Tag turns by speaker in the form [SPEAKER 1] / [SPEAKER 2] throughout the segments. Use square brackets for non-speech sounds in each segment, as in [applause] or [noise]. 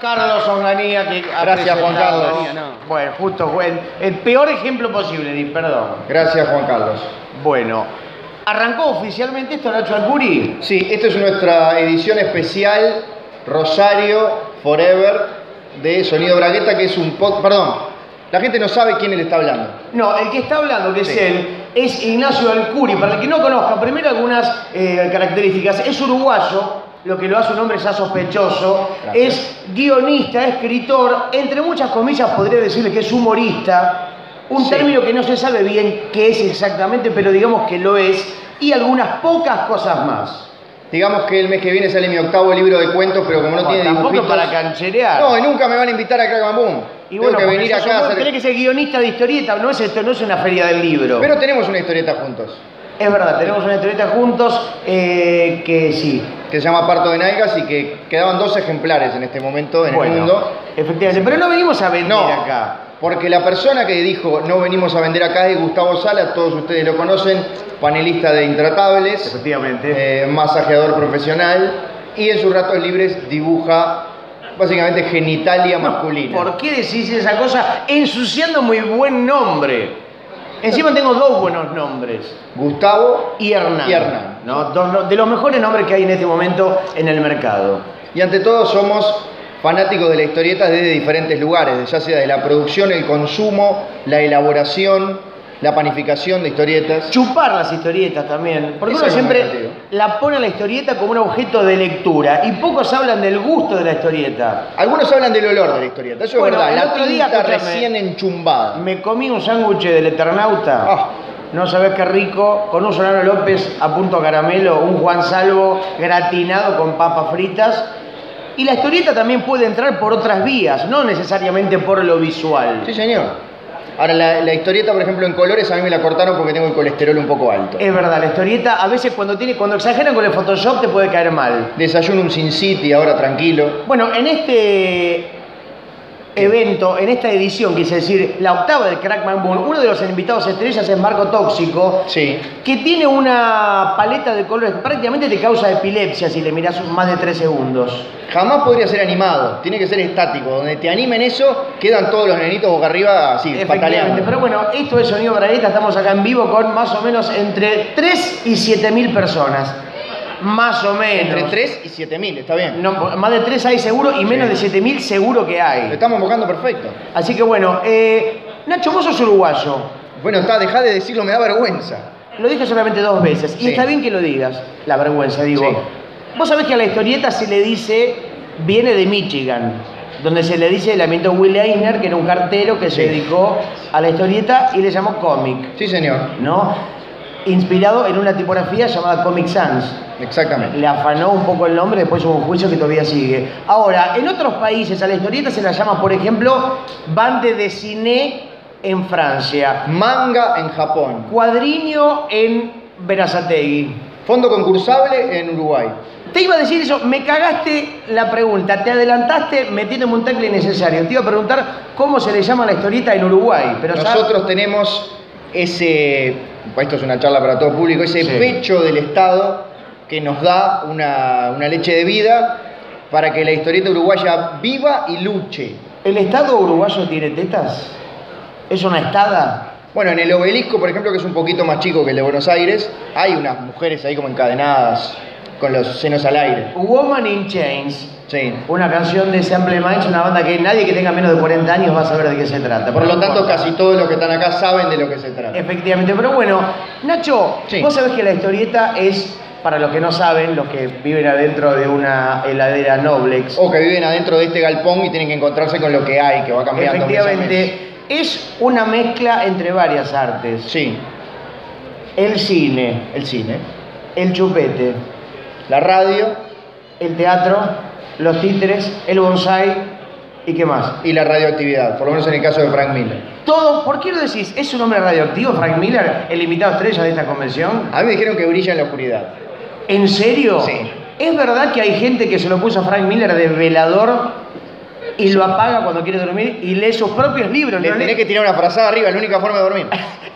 [SPEAKER 1] Carlos Onganía, que ha
[SPEAKER 2] Gracias, Juan
[SPEAKER 1] presentado-
[SPEAKER 2] Carlos.
[SPEAKER 1] Bueno, justo, bueno, el peor ejemplo posible, Di, perdón.
[SPEAKER 2] Gracias, Juan Carlos.
[SPEAKER 1] Bueno, arrancó oficialmente esto Nacho Alcuri.
[SPEAKER 2] Sí, esta es nuestra edición especial Rosario Forever de Sonido Bragueta, que es un pod... Perdón, la gente no sabe quién le está hablando.
[SPEAKER 1] No, el que está hablando, que es
[SPEAKER 2] Sí.
[SPEAKER 1] él, es Ignacio Alcuri. Para el que no conozca, primero algunas eh, características. Es uruguayo, lo que lo hace un hombre ya sospechoso.
[SPEAKER 2] Gracias.
[SPEAKER 1] Es guionista, escritor, entre muchas comillas podría decirle que es humorista. Un
[SPEAKER 2] Sí.
[SPEAKER 1] término que no se sabe bien qué es exactamente, pero digamos que lo es. Y algunas pocas cosas más.
[SPEAKER 2] Digamos que el mes que viene sale mi octavo libro de cuentos, pero como no
[SPEAKER 1] Bueno,
[SPEAKER 2] tiene
[SPEAKER 1] tampoco
[SPEAKER 2] dibujitos...
[SPEAKER 1] para cancherear.
[SPEAKER 2] No, y nunca me van a invitar a Crack Bam Boom.
[SPEAKER 1] y
[SPEAKER 2] Tengo
[SPEAKER 1] bueno,
[SPEAKER 2] que
[SPEAKER 1] porque
[SPEAKER 2] venir
[SPEAKER 1] sos
[SPEAKER 2] acá a
[SPEAKER 1] un-
[SPEAKER 2] hacer-
[SPEAKER 1] tenés que ser guionista de historieta, no es esto, no es una feria del libro.
[SPEAKER 2] Pero tenemos una historieta juntos,
[SPEAKER 1] es verdad, tenemos una historieta juntos eh, que sí.
[SPEAKER 2] que se llama Parto de Nalgas y que quedaban dos ejemplares en este momento en
[SPEAKER 1] Bueno,
[SPEAKER 2] el mundo.
[SPEAKER 1] efectivamente, pero no venimos a vender
[SPEAKER 2] No,
[SPEAKER 1] acá.
[SPEAKER 2] porque la persona que dijo no venimos a vender acá es Gustavo Sala, todos ustedes lo conocen, panelista de Intratables,
[SPEAKER 1] Efectivamente.
[SPEAKER 2] eh, masajeador profesional y en sus ratos libres dibuja básicamente genitalia masculina.
[SPEAKER 1] ¿Por qué decís esa cosa ensuciando muy buen nombre? Encima tengo dos buenos nombres.
[SPEAKER 2] Gustavo
[SPEAKER 1] Y Hernán.
[SPEAKER 2] Y Hernán.
[SPEAKER 1] ¿no? Dos no- de los mejores nombres que hay en este momento en el mercado.
[SPEAKER 2] y ante todo somos fanáticos de la historieta desde diferentes lugares, ya sea de la producción, el consumo, la elaboración, la panificación de historietas.
[SPEAKER 1] chupar las historietas también. Porque
[SPEAKER 2] Eso
[SPEAKER 1] uno
[SPEAKER 2] es lo más
[SPEAKER 1] siempre
[SPEAKER 2] divertido.
[SPEAKER 1] la pone a la historieta como un objeto de lectura y pocos hablan del gusto de la historieta.
[SPEAKER 2] Algunos hablan del olor de la historieta, eso
[SPEAKER 1] Bueno,
[SPEAKER 2] es verdad,
[SPEAKER 1] el
[SPEAKER 2] la
[SPEAKER 1] otro
[SPEAKER 2] tinta
[SPEAKER 1] día, escúchame.
[SPEAKER 2] recién enchumbada.
[SPEAKER 1] Me comí un sándwich del Eternauta.
[SPEAKER 2] Ah.
[SPEAKER 1] No sabés qué rico, con un Solano López a punto caramelo, un Juan Salvo gratinado con papas fritas. Y la historieta también puede entrar por otras vías, no necesariamente por lo visual.
[SPEAKER 2] Sí, señor. Ahora, la, la historieta, por ejemplo, en colores, a mí me la cortaron porque tengo el colesterol un poco alto.
[SPEAKER 1] Es verdad, la historieta a veces cuando tiene, cuando exageran con el Photoshop te puede caer mal.
[SPEAKER 2] Desayuno un Sin City, ahora tranquilo.
[SPEAKER 1] Bueno, en este evento, en esta edición, quise decir, la octava del Crackman Boom, uno de los invitados estrellas es Marco Tóxico,
[SPEAKER 2] Sí.
[SPEAKER 1] que tiene una paleta de colores que prácticamente te causa epilepsia si le mirás más de tres segundos.
[SPEAKER 2] Jamás podría ser animado, tiene que ser estático. Donde te animen eso, quedan todos los nenitos boca arriba así,
[SPEAKER 1] Efectivamente,
[SPEAKER 2] pataleando.
[SPEAKER 1] pero bueno, esto es Sonido Bragueta, estamos acá en vivo con más o menos entre 3 y 7 mil personas. Más o menos.
[SPEAKER 2] Entre 3 y 7 mil, está bien.
[SPEAKER 1] No, más de 3 hay seguro y menos
[SPEAKER 2] Sí.
[SPEAKER 1] de 7 mil seguro que
[SPEAKER 2] Lo
[SPEAKER 1] hay.
[SPEAKER 2] estamos buscando perfecto.
[SPEAKER 1] Así que bueno, eh, Nacho, vos sos uruguayo.
[SPEAKER 2] Bueno, está, dejá de decirlo, me da vergüenza.
[SPEAKER 1] Lo dije solamente dos veces. Y
[SPEAKER 2] Sí.
[SPEAKER 1] está bien que lo digas. La vergüenza, digo.
[SPEAKER 2] Sí.
[SPEAKER 1] Vos sabés que a la historieta se le dice, viene de Michigan, donde se le dice el lamento Will Eisner, que era un cartero que se
[SPEAKER 2] Sí.
[SPEAKER 1] dedicó a la historieta y le llamó cómic,
[SPEAKER 2] Sí, señor.
[SPEAKER 1] ¿no? Inspirado en una tipografía llamada Comic Sans.
[SPEAKER 2] Exactamente.
[SPEAKER 1] Le afanó un poco el nombre, después hubo un juicio que todavía sigue. Ahora, en otros países a la historieta se la llama, por ejemplo, bande de cine en Francia.
[SPEAKER 2] Manga en Japón.
[SPEAKER 1] Cuadriño en Verazategui.
[SPEAKER 2] Fondo concursable en Uruguay.
[SPEAKER 1] Te iba a decir eso, me cagaste la pregunta, te adelantaste metiéndome un tackle innecesario. Te iba a preguntar cómo se le llama la historieta en Uruguay, pero ya-
[SPEAKER 2] Nosotros tenemos ese, esto es una charla para todo público, ese
[SPEAKER 1] Sí.
[SPEAKER 2] pecho del Estado que nos da una, una leche de vida para que la historieta uruguaya viva y luche.
[SPEAKER 1] ¿el Estado uruguayo tiene tetas? ¿Es una estada?
[SPEAKER 2] Bueno, en el obelisco, por ejemplo, que es un poquito más chico que el de Buenos Aires, hay unas mujeres ahí como encadenadas, con los senos al aire.
[SPEAKER 1] Woman in Chains,
[SPEAKER 2] Sí.
[SPEAKER 1] una canción de Sample Minds, una banda que nadie que tenga menos de 40 años va a saber de qué se trata.
[SPEAKER 2] Por lo
[SPEAKER 1] No
[SPEAKER 2] tanto,
[SPEAKER 1] importa.
[SPEAKER 2] casi todos los que están acá saben de lo que se
[SPEAKER 1] Em-
[SPEAKER 2] trata.
[SPEAKER 1] Efectivamente, pero bueno, Nacho,
[SPEAKER 2] Sí.
[SPEAKER 1] vos sabés que la historieta es, para los que no saben, los que viven adentro de una heladera Noblex,
[SPEAKER 2] O que viven adentro de este galpón y tienen que encontrarse con lo que hay, que va cambiando. mes a mes.
[SPEAKER 1] efectivamente es una mezcla entre varias artes.
[SPEAKER 2] Sí,
[SPEAKER 1] El cine,
[SPEAKER 2] el cine,
[SPEAKER 1] el chupete,
[SPEAKER 2] la radio,
[SPEAKER 1] el teatro, los títeres, el bonsai y qué más.
[SPEAKER 2] y la radioactividad, por lo menos en el caso de Frank Miller.
[SPEAKER 1] Todo, ¿por qué lo decís? ¿Es un hombre radioactivo, Frank Miller, el invitado estrella de esta convención?
[SPEAKER 2] A mí me dijeron que brilla en la oscuridad.
[SPEAKER 1] ¿En serio?
[SPEAKER 2] Sí.
[SPEAKER 1] ¿Es verdad que hay gente que se lo puso a Frank Miller de velador y lo apaga cuando quiere dormir y lee sus propios libros?
[SPEAKER 2] Le
[SPEAKER 1] no lee-
[SPEAKER 2] tenés que tirar una frazada arriba, es la única forma de dormir.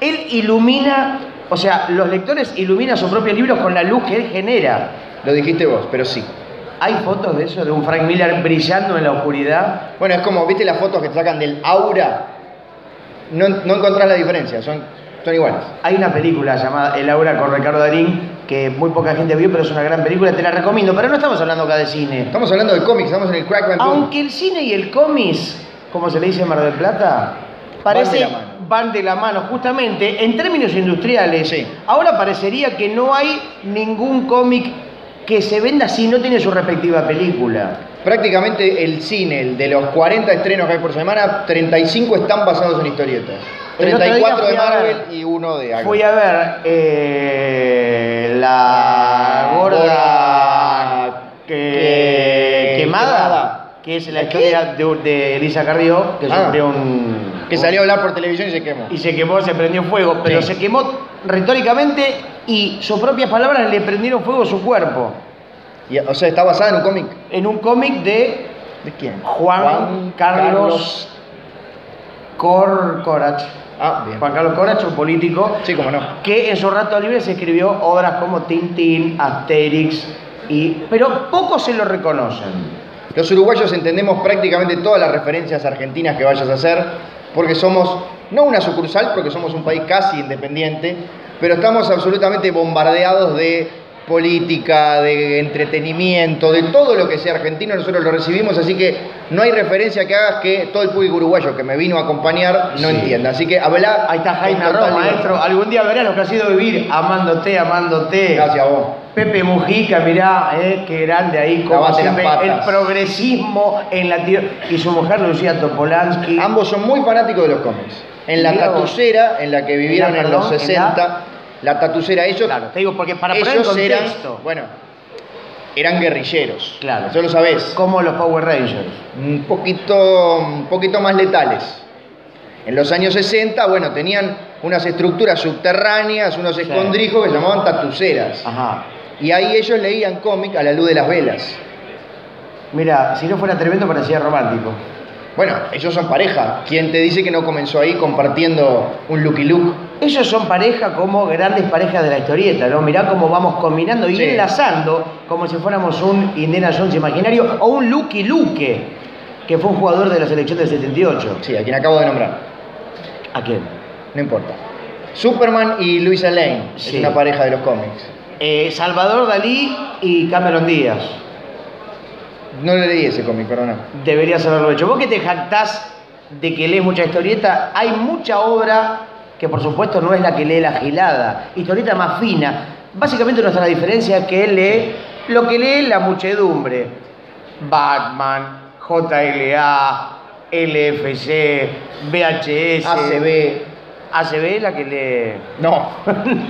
[SPEAKER 1] Él ilumina, o sea, los lectores iluminan sus propios libros con la luz que él genera.
[SPEAKER 2] Lo dijiste vos, pero sí.
[SPEAKER 1] ¿Hay fotos de eso? De un Frank Miller brillando en la oscuridad.
[SPEAKER 2] Bueno, es como, ¿viste las fotos que te sacan del aura? No, no encontrás la diferencia, son, son iguales.
[SPEAKER 1] Hay una película llamada El Aura con Ricardo Darín que muy poca gente vio, pero es una gran película, te la recomiendo. Pero no estamos hablando acá de cine.
[SPEAKER 2] Estamos hablando de cómics, estamos en el crack Bang Boom.
[SPEAKER 1] Aunque el cine y el cómics, como se le dice en Mar del Plata,
[SPEAKER 2] de
[SPEAKER 1] parece
[SPEAKER 2] la mano.
[SPEAKER 1] van de la mano, justamente en términos industriales.
[SPEAKER 2] Sí.
[SPEAKER 1] Ahora parecería que no hay ningún cómic que se venda si no tiene su respectiva película.
[SPEAKER 2] Prácticamente el cine, el de los 40 estrenos que hay por semana, 35 están basados en historietas.
[SPEAKER 1] El otro día
[SPEAKER 2] 34 de
[SPEAKER 1] fui a ver-
[SPEAKER 2] Marvel y uno de Iron
[SPEAKER 1] Fui
[SPEAKER 2] Man.
[SPEAKER 1] a ver eh, la
[SPEAKER 2] Ah,
[SPEAKER 1] gorda que-
[SPEAKER 2] que-
[SPEAKER 1] quemada, que es la
[SPEAKER 2] ¿De qué?
[SPEAKER 1] historia de, de Elisa Carrió, que
[SPEAKER 2] Ah.
[SPEAKER 1] sufrió un...
[SPEAKER 2] Que salió a hablar por televisión y se quemó.
[SPEAKER 1] Y se quemó, se prendió fuego, pero
[SPEAKER 2] Sí.
[SPEAKER 1] se quemó retóricamente y sus propias palabras le prendieron fuego a su cuerpo.
[SPEAKER 2] Y- o sea, está basada en un cómic.
[SPEAKER 1] En un cómic de
[SPEAKER 2] ¿De quién?
[SPEAKER 1] Juan, Carlos, Corcorach.
[SPEAKER 2] Ah, bien.
[SPEAKER 1] Juan Carlos Corach, un político,
[SPEAKER 2] Sí, como no.
[SPEAKER 1] que en su rato libre se escribió obras como Tintín, Asterix, y... pero pocos se lo reconocen.
[SPEAKER 2] Los uruguayos entendemos prácticamente todas las referencias argentinas que vayas a hacer, porque somos, no una sucursal, porque somos un país casi independiente, pero estamos absolutamente bombardeados de política, de entretenimiento, de todo lo que sea argentino, nosotros lo recibimos, así que no hay referencia que hagas que todo el público uruguayo que me vino a acompañar no
[SPEAKER 1] Sí.
[SPEAKER 2] entienda. Así que habla...
[SPEAKER 1] Ahí está Jaime
[SPEAKER 2] con
[SPEAKER 1] Arroz,
[SPEAKER 2] total libertad.
[SPEAKER 1] maestro. Algún día verás lo que ha sido vivir amándote, amándote.
[SPEAKER 2] Gracias a vos.
[SPEAKER 1] Pepe Mujica, mirá, eh, qué grande ahí, como
[SPEAKER 2] Lavate las
[SPEAKER 1] siempre,
[SPEAKER 2] patas.
[SPEAKER 1] el progresismo en la tierra. Y su mujer, Lucía Topolansky.
[SPEAKER 2] Ambos son muy fanáticos de los cómics. En la
[SPEAKER 1] Mirá vos.
[SPEAKER 2] tatucera, en la que vivieron
[SPEAKER 1] Mirá,
[SPEAKER 2] en los
[SPEAKER 1] perdón, en
[SPEAKER 2] 60, la tatucera, ellos,
[SPEAKER 1] Claro, te digo, porque para poner en
[SPEAKER 2] ellos eran,
[SPEAKER 1] contexto,
[SPEAKER 2] bueno, eran guerrilleros.
[SPEAKER 1] Claro.
[SPEAKER 2] Eso lo sabés.
[SPEAKER 1] como los Power Rangers.
[SPEAKER 2] Un poquito, un poquito más letales. En los años 60, bueno, tenían unas estructuras subterráneas, unos escondrijos que se llamaban tatuceras.
[SPEAKER 1] Ajá.
[SPEAKER 2] Y ahí ellos leían cómic a la luz de las velas.
[SPEAKER 1] Mira, si no fuera tremendo, parecía romántico.
[SPEAKER 2] Bueno, ellos son pareja. ¿Quién te dice que no comenzó ahí compartiendo un looky look?
[SPEAKER 1] Ellos son pareja como grandes parejas de la historieta, ¿no? Mirá cómo vamos combinando y
[SPEAKER 2] Sí.
[SPEAKER 1] enlazando como si fuéramos un Indiana Jones imaginario o un Lucky Luke, que fue un jugador de la selección del 78.
[SPEAKER 2] Sí, a quien acabo de nombrar.
[SPEAKER 1] ¿A quién?
[SPEAKER 2] No importa. Superman y Luisa Lane
[SPEAKER 1] Sí.
[SPEAKER 2] es una pareja de los cómics.
[SPEAKER 1] Eh, Salvador Dalí y Cameron Díaz.
[SPEAKER 2] No le leí ese cómic, perdona.
[SPEAKER 1] Deberías haberlo hecho. Vos que te jactás de que lees mucha historieta, hay mucha obra que por supuesto no es la que lee la gilada, historieta más fina. Básicamente nuestra diferencia es que él lee lo que lee la muchedumbre. Batman, JLA, LFC, VHS,
[SPEAKER 2] Ah, ACB.
[SPEAKER 1] ACB es la que lee... [laughs]
[SPEAKER 2] No.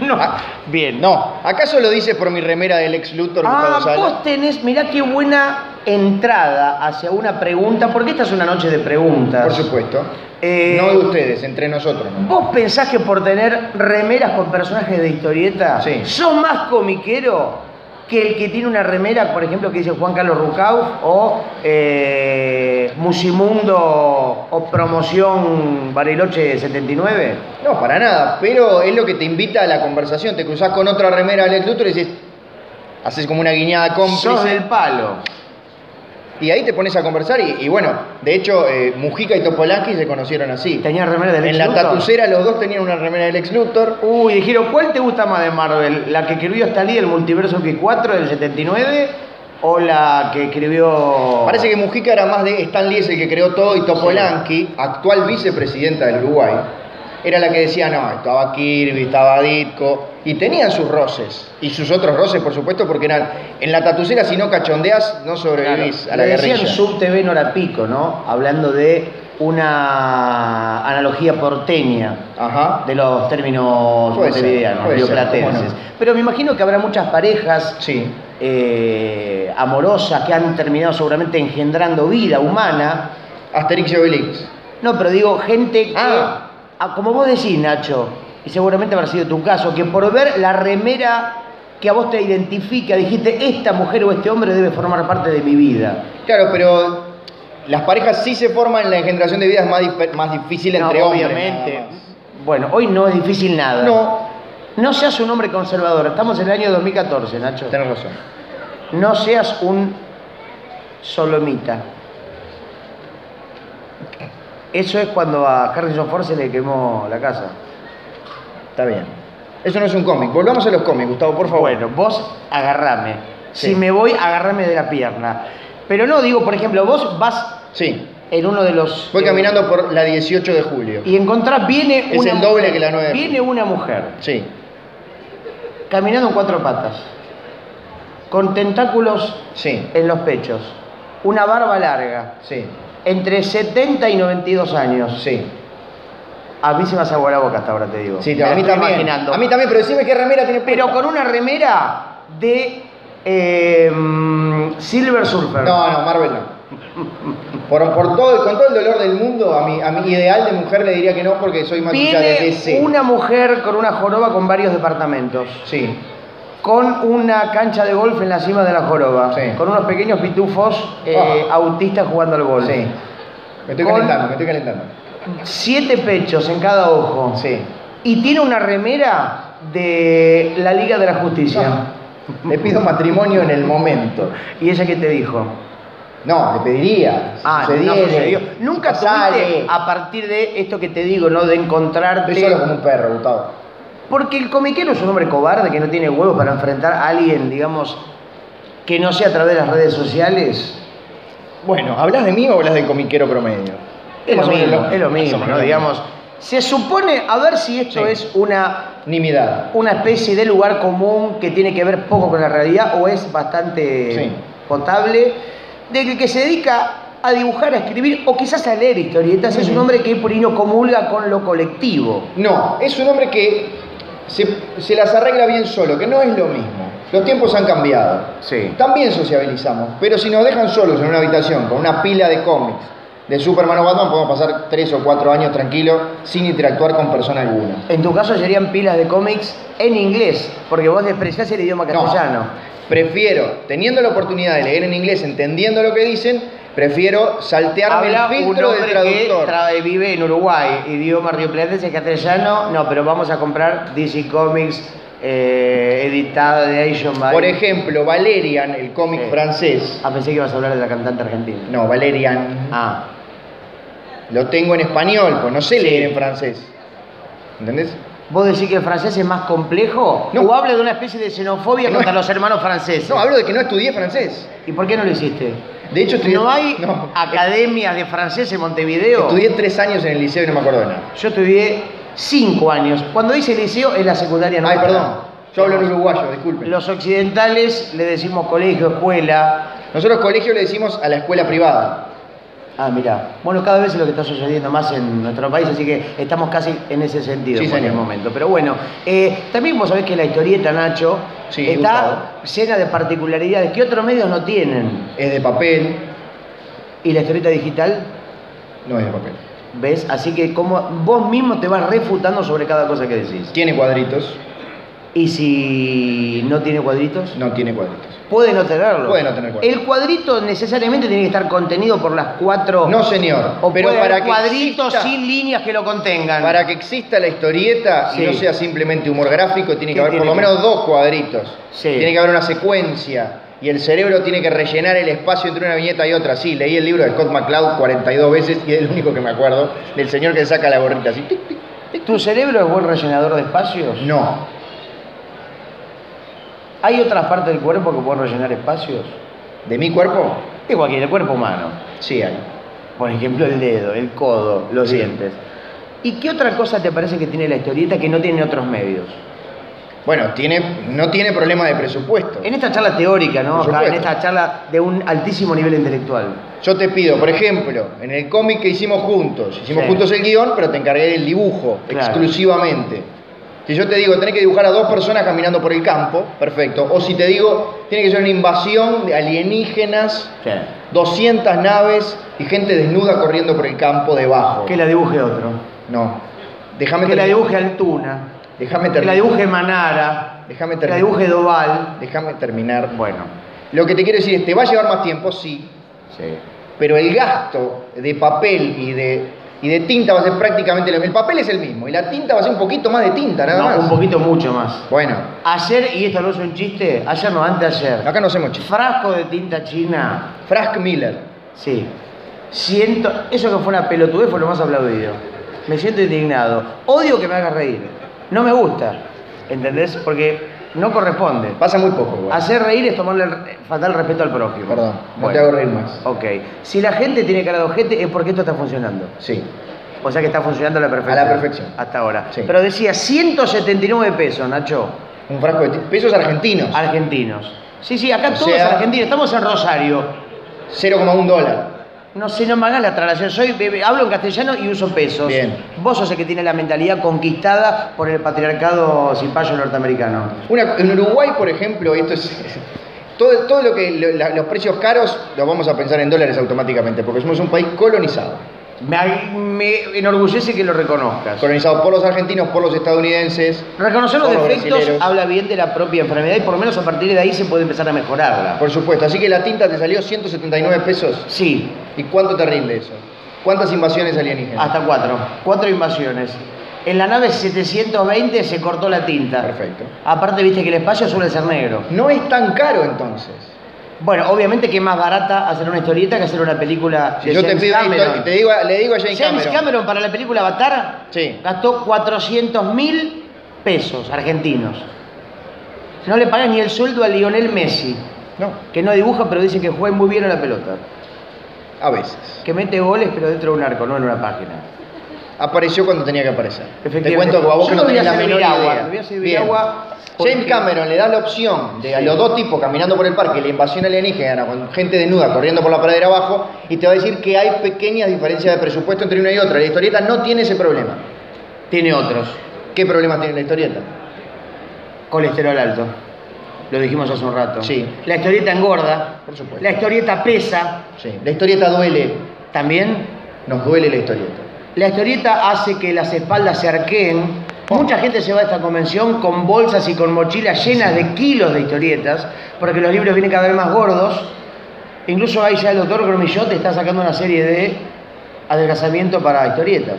[SPEAKER 1] no.
[SPEAKER 2] Ah,
[SPEAKER 1] Bien.
[SPEAKER 2] No. ¿Acaso lo dices por mi remera del ex Luthor?
[SPEAKER 1] Ah,
[SPEAKER 2] Gustavo Sala?
[SPEAKER 1] vos tenés, mirá qué buena entrada hacia una pregunta, porque esta es una noche de preguntas.
[SPEAKER 2] Por supuesto.
[SPEAKER 1] Eh,
[SPEAKER 2] No de ustedes, entre nosotros. ¿no?
[SPEAKER 1] ¿Vos pensás que por tener remeras con personajes de historieta,
[SPEAKER 2] Sí.
[SPEAKER 1] sos más comiquero que el que tiene una remera, por ejemplo, que dice Juan Carlos Rucauf o eh, Musimundo o Promoción Bariloche 79?
[SPEAKER 2] No, para nada. Pero es lo que te invita a la conversación. Te cruzás con otra remera del ex Luthor y dices. Haces como una guiñada
[SPEAKER 1] Sos
[SPEAKER 2] cómplice.
[SPEAKER 1] del palo.
[SPEAKER 2] Y ahí te pones a conversar. Y, y bueno, de hecho, eh, Mujica y Topolansky se conocieron así.
[SPEAKER 1] Tenías remera del
[SPEAKER 2] En
[SPEAKER 1] ex
[SPEAKER 2] la
[SPEAKER 1] Luthor?
[SPEAKER 2] tatucera los dos tenían una remera del ex Luthor.
[SPEAKER 1] Uy, dijeron, ¿cuál te gusta más de Marvel? ¿La que escribió Stan Lee, el multiverso que 4 del 79? ¿O la que escribió...
[SPEAKER 2] Parece que Mujica era más de Stan Lee es el que creó todo y Topolanqui, actual vicepresidenta del Uruguay, era la que decía, no, estaba Kirby, estaba Ditko, y tenían sus roces, y sus otros roces, por supuesto, porque eran, en la tatucera si no cachondeas, no sobrevivís a la
[SPEAKER 1] Le decían
[SPEAKER 2] guerrilla.
[SPEAKER 1] Sub TV en hora pico, ¿no? Hablando de una analogía porteña
[SPEAKER 2] Ajá.
[SPEAKER 1] de los términos
[SPEAKER 2] Puede ser,
[SPEAKER 1] montevideanos,
[SPEAKER 2] puede ser,
[SPEAKER 1] rioplatenses.
[SPEAKER 2] cómo no.
[SPEAKER 1] Pero me imagino que habrá muchas parejas
[SPEAKER 2] Sí.
[SPEAKER 1] eh, amorosas que han terminado seguramente engendrando vida humana.
[SPEAKER 2] Asterix y Obelix.
[SPEAKER 1] No, pero digo, gente que,
[SPEAKER 2] Ah.
[SPEAKER 1] ah, como vos decís, Nacho, y seguramente habrá sido tu caso, que por ver la remera que a vos te identifica, dijiste, esta mujer o este hombre debe formar parte de mi vida.
[SPEAKER 2] Claro, pero las parejas sí se forman, la engendración de vida es más, dif- más difícil
[SPEAKER 1] No,
[SPEAKER 2] entre hombres.
[SPEAKER 1] obviamente.
[SPEAKER 2] nada más.
[SPEAKER 1] Bueno, hoy no es difícil nada.
[SPEAKER 2] No,
[SPEAKER 1] No seas un hombre conservador. Estamos en el año 2014, Nacho.
[SPEAKER 2] tenés razón.
[SPEAKER 1] No seas un Solomita. Eso es cuando a Harrison Ford se le quemó la casa.
[SPEAKER 2] Está bien. Eso no es un cómic. Volvamos a los cómics, Gustavo, por favor.
[SPEAKER 1] Bueno, vos agarrame.
[SPEAKER 2] Sí.
[SPEAKER 1] Si me voy, agarrame de la pierna. Pero no, digo, por ejemplo, vos vas
[SPEAKER 2] Sí.
[SPEAKER 1] en uno de los...
[SPEAKER 2] Voy
[SPEAKER 1] eh,
[SPEAKER 2] caminando por la 18 de julio.
[SPEAKER 1] Y encontrás, viene
[SPEAKER 2] Es
[SPEAKER 1] una
[SPEAKER 2] el doble
[SPEAKER 1] mujer,
[SPEAKER 2] que la nueve.
[SPEAKER 1] Viene una mujer,
[SPEAKER 2] Sí.
[SPEAKER 1] caminando en cuatro patas, con tentáculos
[SPEAKER 2] Sí.
[SPEAKER 1] en los pechos, una barba larga,
[SPEAKER 2] Sí.
[SPEAKER 1] entre 70 y 92 años.
[SPEAKER 2] Sí.
[SPEAKER 1] A mí se me hace agua la boca hasta ahora, te digo.
[SPEAKER 2] Sí,
[SPEAKER 1] Me la
[SPEAKER 2] a mí
[SPEAKER 1] estoy
[SPEAKER 2] también.
[SPEAKER 1] imaginando.
[SPEAKER 2] A mí también, pero decime qué remera tiene puesta.
[SPEAKER 1] Pero con una remera de eh, mm, Silver Surfer.
[SPEAKER 2] No, no, Marvel no. Por, por todo, con todo el dolor del mundo, a mi, a mi ideal de mujer le diría que no porque soy más hincha de
[SPEAKER 1] Viene
[SPEAKER 2] DC.
[SPEAKER 1] una mujer con una joroba con varios departamentos.
[SPEAKER 2] Sí,
[SPEAKER 1] Con una cancha de golf en la cima de la joroba.
[SPEAKER 2] Sí.
[SPEAKER 1] Con unos pequeños pitufos eh,
[SPEAKER 2] Ah.
[SPEAKER 1] autistas jugando al golf.
[SPEAKER 2] sí. Me estoy
[SPEAKER 1] Con-
[SPEAKER 2] calentando, me estoy calentando.
[SPEAKER 1] Siete pechos en cada ojo.
[SPEAKER 2] Sí.
[SPEAKER 1] Y tiene una remera de la Liga de la
[SPEAKER 2] Ah.
[SPEAKER 1] Justicia.
[SPEAKER 2] Le pido matrimonio en el momento.
[SPEAKER 1] ¿Y ella qué te dijo?
[SPEAKER 2] No, le pediría. si
[SPEAKER 1] Ah, no
[SPEAKER 2] sucediere,
[SPEAKER 1] sucedió.
[SPEAKER 2] si
[SPEAKER 1] Nunca
[SPEAKER 2] pasare.
[SPEAKER 1] tuviste, a partir de esto que te digo, ¿no? De encontrarte.
[SPEAKER 2] Estoy solo como un perro, Gustavo.
[SPEAKER 1] Porque el comiquero es un hombre cobarde que no tiene huevos para enfrentar a alguien, digamos, que no sea a través de las redes sociales.
[SPEAKER 2] Bueno, ¿hablas de mí o hablas del comiquero promedio?
[SPEAKER 1] Es lo
[SPEAKER 2] Más o menos
[SPEAKER 1] mismo, es lo
[SPEAKER 2] más o
[SPEAKER 1] mismo,
[SPEAKER 2] menos
[SPEAKER 1] ¿no? Digamos, se supone, a ver si esto
[SPEAKER 2] Sí.
[SPEAKER 1] es una,
[SPEAKER 2] Nimidad.
[SPEAKER 1] una especie de lugar común que tiene que ver poco con la realidad o es bastante
[SPEAKER 2] Sí.
[SPEAKER 1] potable, de que el que se dedica a dibujar, a escribir o quizás a leer historietas es un
[SPEAKER 2] Ujú.
[SPEAKER 1] hombre que por ahí no comulga con lo colectivo.
[SPEAKER 2] No, es un hombre que se, se las arregla bien solo, que no es lo mismo. Los tiempos han cambiado.
[SPEAKER 1] Sí.
[SPEAKER 2] También sociabilizamos, pero si nos dejan solos en una habitación con una pila de cómics de Superman o Batman, podemos pasar tres o cuatro años tranquilos sin interactuar con persona alguna.
[SPEAKER 1] En tu caso serían pilas de cómics en inglés, porque vos despreciás el idioma
[SPEAKER 2] No.
[SPEAKER 1] castellano.
[SPEAKER 2] Prefiero, teniendo la oportunidad de leer en inglés, entendiendo lo que dicen, prefiero saltearme
[SPEAKER 1] Habla
[SPEAKER 2] el
[SPEAKER 1] un
[SPEAKER 2] filtro del
[SPEAKER 1] hombre que
[SPEAKER 2] traductor.
[SPEAKER 1] tra- vive en Uruguay, idioma rioplatense, castellano, no, pero vamos a comprar DC Comics eh, editada de Asian by...
[SPEAKER 2] Por ejemplo, Valerian, el cómic
[SPEAKER 1] Sí.
[SPEAKER 2] francés.
[SPEAKER 1] Ah, pensé que ibas a hablar de la cantante argentina.
[SPEAKER 2] No, Valerian.
[SPEAKER 1] Ah,
[SPEAKER 2] Lo tengo en español, pues no sé
[SPEAKER 1] Sí.
[SPEAKER 2] leer en francés. ¿Entendés?
[SPEAKER 1] ¿vos decís que el francés es más complejo?
[SPEAKER 2] No.
[SPEAKER 1] ¿O habla de una especie de xenofobia
[SPEAKER 2] No.
[SPEAKER 1] contra los hermanos franceses?
[SPEAKER 2] No, hablo de que no estudié francés.
[SPEAKER 1] ¿Y por qué no lo hiciste?
[SPEAKER 2] De hecho, estudié.
[SPEAKER 1] ¿No hay
[SPEAKER 2] [laughs] no.
[SPEAKER 1] academias de francés en Montevideo?
[SPEAKER 2] Estudié tres años en el liceo y no me acuerdo de nada.
[SPEAKER 1] Yo estudié cinco años. Cuando dice liceo es la secundaria
[SPEAKER 2] Ay,
[SPEAKER 1] nuestra.
[SPEAKER 2] perdón. Yo hablo en uruguayo, disculpen.
[SPEAKER 1] Los occidentales le decimos colegio, escuela.
[SPEAKER 2] Nosotros colegio le decimos a la escuela privada.
[SPEAKER 1] Ah, mira. Bueno, cada vez es lo que está sucediendo más en nuestro país, así que estamos casi en ese sentido
[SPEAKER 2] Sí,
[SPEAKER 1] por el
[SPEAKER 2] señor.
[SPEAKER 1] momento. Pero bueno, eh, también vos sabés que la historieta, Nacho,
[SPEAKER 2] Sí,
[SPEAKER 1] está llena de particularidades que otros medios no tienen.
[SPEAKER 2] Es de papel,
[SPEAKER 1] Y la historieta digital,
[SPEAKER 2] no es de papel.
[SPEAKER 1] ¿ves? Así que como vos mismo te vas refutando sobre cada cosa que decís.
[SPEAKER 2] Tiene cuadritos,
[SPEAKER 1] ¿Y si no tiene cuadritos?
[SPEAKER 2] no tiene cuadritos.
[SPEAKER 1] Puede no tenerlo.
[SPEAKER 2] Puede no tener cuadrito.
[SPEAKER 1] El cuadrito necesariamente tiene que estar contenido por las cuatro.
[SPEAKER 2] No, señor.
[SPEAKER 1] Oh. o
[SPEAKER 2] Pero
[SPEAKER 1] puede
[SPEAKER 2] para
[SPEAKER 1] haber
[SPEAKER 2] que,
[SPEAKER 1] cuadritos
[SPEAKER 2] exista,
[SPEAKER 1] sin líneas que lo contengan.
[SPEAKER 2] para que exista la historieta
[SPEAKER 1] Sí.
[SPEAKER 2] y no sea simplemente humor gráfico, tiene
[SPEAKER 1] ¿Qué
[SPEAKER 2] que haber por
[SPEAKER 1] tiene
[SPEAKER 2] lo
[SPEAKER 1] que-
[SPEAKER 2] menos dos cuadritos.
[SPEAKER 1] Sí.
[SPEAKER 2] Tiene que haber una secuencia. Y el cerebro tiene que rellenar el espacio entre una viñeta y otra. Sí, leí el libro de Scott McCloud 42 veces y es el único que me acuerdo. Del señor que saca la gorrita así. tic, tic.
[SPEAKER 1] ¿Tu cerebro es buen rellenador de espacios?
[SPEAKER 2] No,
[SPEAKER 1] ¿Hay otras partes del cuerpo que pueden rellenar espacios?
[SPEAKER 2] ¿De mi cuerpo?
[SPEAKER 1] De cualquier el cuerpo humano.
[SPEAKER 2] Sí, hay.
[SPEAKER 1] Por ejemplo, el dedo, el codo, los
[SPEAKER 2] Sí.
[SPEAKER 1] dientes. ¿Y qué otra cosa te parece que tiene la historieta que no tiene otros medios?
[SPEAKER 2] Bueno, tiene, no tiene problema de presupuesto.
[SPEAKER 1] En esta charla teórica, ¿no?
[SPEAKER 2] Por
[SPEAKER 1] Acá, en
[SPEAKER 2] supuesto.
[SPEAKER 1] esta charla de un altísimo nivel intelectual.
[SPEAKER 2] Yo te pido, por ejemplo, en el cómic que hicimos juntos, hicimos
[SPEAKER 1] Sí.
[SPEAKER 2] juntos el guión, pero te encargué del dibujo
[SPEAKER 1] Claro.
[SPEAKER 2] exclusivamente. Si yo te digo, tenés que dibujar a dos personas caminando por el campo, perfecto. O si te digo, tiene que ser una invasión de alienígenas, 200 naves y gente desnuda corriendo por el campo debajo.
[SPEAKER 1] Que la dibuje otro.
[SPEAKER 2] No. Déjame
[SPEAKER 1] Que la
[SPEAKER 2] terminar.
[SPEAKER 1] dibuje Altuna.
[SPEAKER 2] Déjame
[SPEAKER 1] Que la
[SPEAKER 2] terminar.
[SPEAKER 1] dibuje Manara.
[SPEAKER 2] Déjame
[SPEAKER 1] Que la
[SPEAKER 2] terminar.
[SPEAKER 1] dibuje Doval.
[SPEAKER 2] Déjame terminar.
[SPEAKER 1] Bueno.
[SPEAKER 2] Lo que te quiero decir es, te va a llevar más tiempo, sí,
[SPEAKER 1] Sí.
[SPEAKER 2] pero el gasto de papel y de y de tinta va a ser prácticamente lo mismo. El papel es el mismo y la tinta va a ser un poquito más de tinta, nada
[SPEAKER 1] No,
[SPEAKER 2] más.
[SPEAKER 1] un poquito mucho más.
[SPEAKER 2] Bueno,
[SPEAKER 1] Ayer, y esto no es un chiste, ayer no, antes de ayer,
[SPEAKER 2] acá no hacemos chiste.
[SPEAKER 1] frasco de tinta china,
[SPEAKER 2] Frask Miller.
[SPEAKER 1] sí, siento, eso que fue una pelotudez fue lo más aplaudido. Me siento indignado. Odio que me hagas reír. No me gusta, ¿entendés? Porque no corresponde.
[SPEAKER 2] Pasa muy poco, güey.
[SPEAKER 1] Hacer reír es tomarle el re- fatal respeto al prójimo.
[SPEAKER 2] Perdón, no
[SPEAKER 1] Bueno.
[SPEAKER 2] te hago reír más.
[SPEAKER 1] Ok. Si la gente tiene cara de ojete es porque esto está funcionando.
[SPEAKER 2] Sí.
[SPEAKER 1] O sea que está funcionando a la perfección.
[SPEAKER 2] A la perfección.
[SPEAKER 1] Hasta ahora.
[SPEAKER 2] Sí.
[SPEAKER 1] Pero decía 179 pesos, Nacho.
[SPEAKER 2] Un frasco de tinta. Pesos argentinos.
[SPEAKER 1] Argentinos. Sí, sí, acá
[SPEAKER 2] O
[SPEAKER 1] todos
[SPEAKER 2] sea-
[SPEAKER 1] argentinos. Estamos en Rosario.
[SPEAKER 2] 0,1 dólar.
[SPEAKER 1] No sé, no me hagas la traslación. Soy, bebé- hablo en castellano y uso pesos.
[SPEAKER 2] Bien.
[SPEAKER 1] Vos sos el que tiene la mentalidad conquistada por el patriarcado payo norteamericano.
[SPEAKER 2] Una- en Uruguay, por ejemplo, esto es. [laughs] Todo, todo lo que. lo- la- los precios caros los vamos a pensar en dólares automáticamente, porque somos un país colonizado.
[SPEAKER 1] Me, me enorgullece que lo reconozcas.
[SPEAKER 2] Colonizado por los argentinos, por los estadounidenses.
[SPEAKER 1] Reconocer los
[SPEAKER 2] Por los
[SPEAKER 1] defectos
[SPEAKER 2] brasileros.
[SPEAKER 1] habla bien de la propia enfermedad y por lo menos a partir de ahí se puede empezar a mejorarla.
[SPEAKER 2] Por supuesto. Así que la tinta te salió 179 pesos.
[SPEAKER 1] Sí,
[SPEAKER 2] ¿Y cuánto te rinde eso? ¿Cuántas invasiones alienígenas?
[SPEAKER 1] hasta cuatro. Cuatro invasiones. En la nave 720 se cortó la tinta.
[SPEAKER 2] Perfecto.
[SPEAKER 1] Aparte, viste que el espacio suele ser negro.
[SPEAKER 2] No es tan caro entonces.
[SPEAKER 1] Bueno, obviamente que es más barata hacer una historieta que hacer una película
[SPEAKER 2] Si
[SPEAKER 1] de
[SPEAKER 2] yo te
[SPEAKER 1] James
[SPEAKER 2] pido una
[SPEAKER 1] Cameron.
[SPEAKER 2] historia- te digo, a- le digo a James,
[SPEAKER 1] James
[SPEAKER 2] Cameron.
[SPEAKER 1] Cameron para la película Avatar
[SPEAKER 2] Sí.
[SPEAKER 1] gastó 400 mil pesos argentinos. No le pagan ni el sueldo a Lionel Messi,
[SPEAKER 2] No,
[SPEAKER 1] que no dibuja pero dice que juega muy bien a la pelota.
[SPEAKER 2] a veces.
[SPEAKER 1] Que mete goles pero dentro de un arco, no en una página.
[SPEAKER 2] Apareció cuando tenía que aparecer. Te
[SPEAKER 1] Efectivamente.
[SPEAKER 2] cuento que a vos
[SPEAKER 1] Yo
[SPEAKER 2] que no
[SPEAKER 1] me voy
[SPEAKER 2] tenés
[SPEAKER 1] a
[SPEAKER 2] la menor
[SPEAKER 1] servir agua,
[SPEAKER 2] idea.
[SPEAKER 1] me voy a servir
[SPEAKER 2] Bien.
[SPEAKER 1] agua
[SPEAKER 2] James
[SPEAKER 1] porque-
[SPEAKER 2] Cameron le da la opción de a los dos tipos caminando por el parque, la invasión alienígena con gente desnuda corriendo por la pradera abajo y te va a decir que hay pequeñas diferencias de presupuesto entre una y otra. La historieta no tiene ese problema.
[SPEAKER 1] Tiene otros.
[SPEAKER 2] ¿Qué problemas tiene la historieta?
[SPEAKER 1] Colesterol alto. Lo dijimos hace un rato.
[SPEAKER 2] Sí.
[SPEAKER 1] La historieta engorda.
[SPEAKER 2] Por supuesto.
[SPEAKER 1] La historieta pesa.
[SPEAKER 2] Sí. La historieta duele.
[SPEAKER 1] También.
[SPEAKER 2] Nos duele la historieta.
[SPEAKER 1] La historieta hace que las espaldas se arqueen. Mucha gente se va a esta convención con bolsas y con mochilas llenas de kilos de historietas, porque los libros vienen cada vez más gordos. Incluso ahí ya el doctor Gromillot está sacando una serie de adelgazamiento para historietas,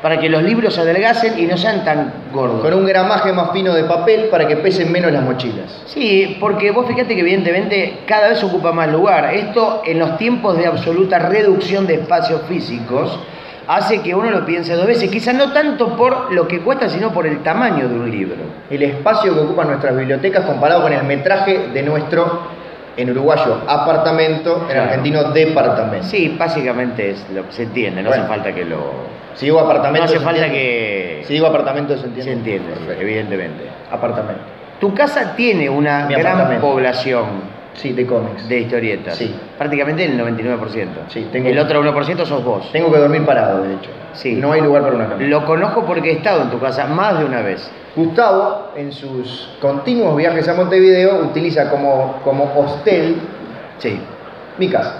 [SPEAKER 1] para que los libros se adelgacen y no sean tan gordos.
[SPEAKER 2] Con un gramaje más fino de papel para que pesen menos las mochilas.
[SPEAKER 1] Sí, porque vos fíjate que evidentemente cada vez ocupa más lugar. Esto en los tiempos de absoluta reducción de espacios físicos hace que uno lo piense dos veces, quizás no tanto por lo que cuesta, sino por el tamaño de un libro.
[SPEAKER 2] El espacio que ocupan nuestras bibliotecas comparado con el metraje de nuestro, en uruguayo, apartamento, en
[SPEAKER 1] Claro.
[SPEAKER 2] argentino, departamento.
[SPEAKER 1] Sí, básicamente es lo que se entiende, no
[SPEAKER 2] Bueno.
[SPEAKER 1] hace falta que lo...
[SPEAKER 2] Si digo
[SPEAKER 1] No
[SPEAKER 2] apartamento.
[SPEAKER 1] hace
[SPEAKER 2] ¿se
[SPEAKER 1] falta
[SPEAKER 2] entiende?
[SPEAKER 1] que...
[SPEAKER 2] Si digo apartamento, ¿se entiende?
[SPEAKER 1] se entiende,
[SPEAKER 2] Perfecto.
[SPEAKER 1] evidentemente.
[SPEAKER 2] Apartamento.
[SPEAKER 1] Tu casa tiene una
[SPEAKER 2] Mi
[SPEAKER 1] gran
[SPEAKER 2] apartamento.
[SPEAKER 1] población
[SPEAKER 2] Sí, de cómics.
[SPEAKER 1] de historietas.
[SPEAKER 2] Sí.
[SPEAKER 1] Prácticamente el 99%.
[SPEAKER 2] Sí, tengo-
[SPEAKER 1] El otro 1% sos vos.
[SPEAKER 2] Tengo que dormir parado, de hecho.
[SPEAKER 1] Sí.
[SPEAKER 2] No hay lugar para una cama.
[SPEAKER 1] Lo conozco porque he estado en tu casa más de una vez.
[SPEAKER 2] Gustavo, en sus continuos viajes a Montevideo, utiliza como, como hostel
[SPEAKER 1] Sí.
[SPEAKER 2] mi casa.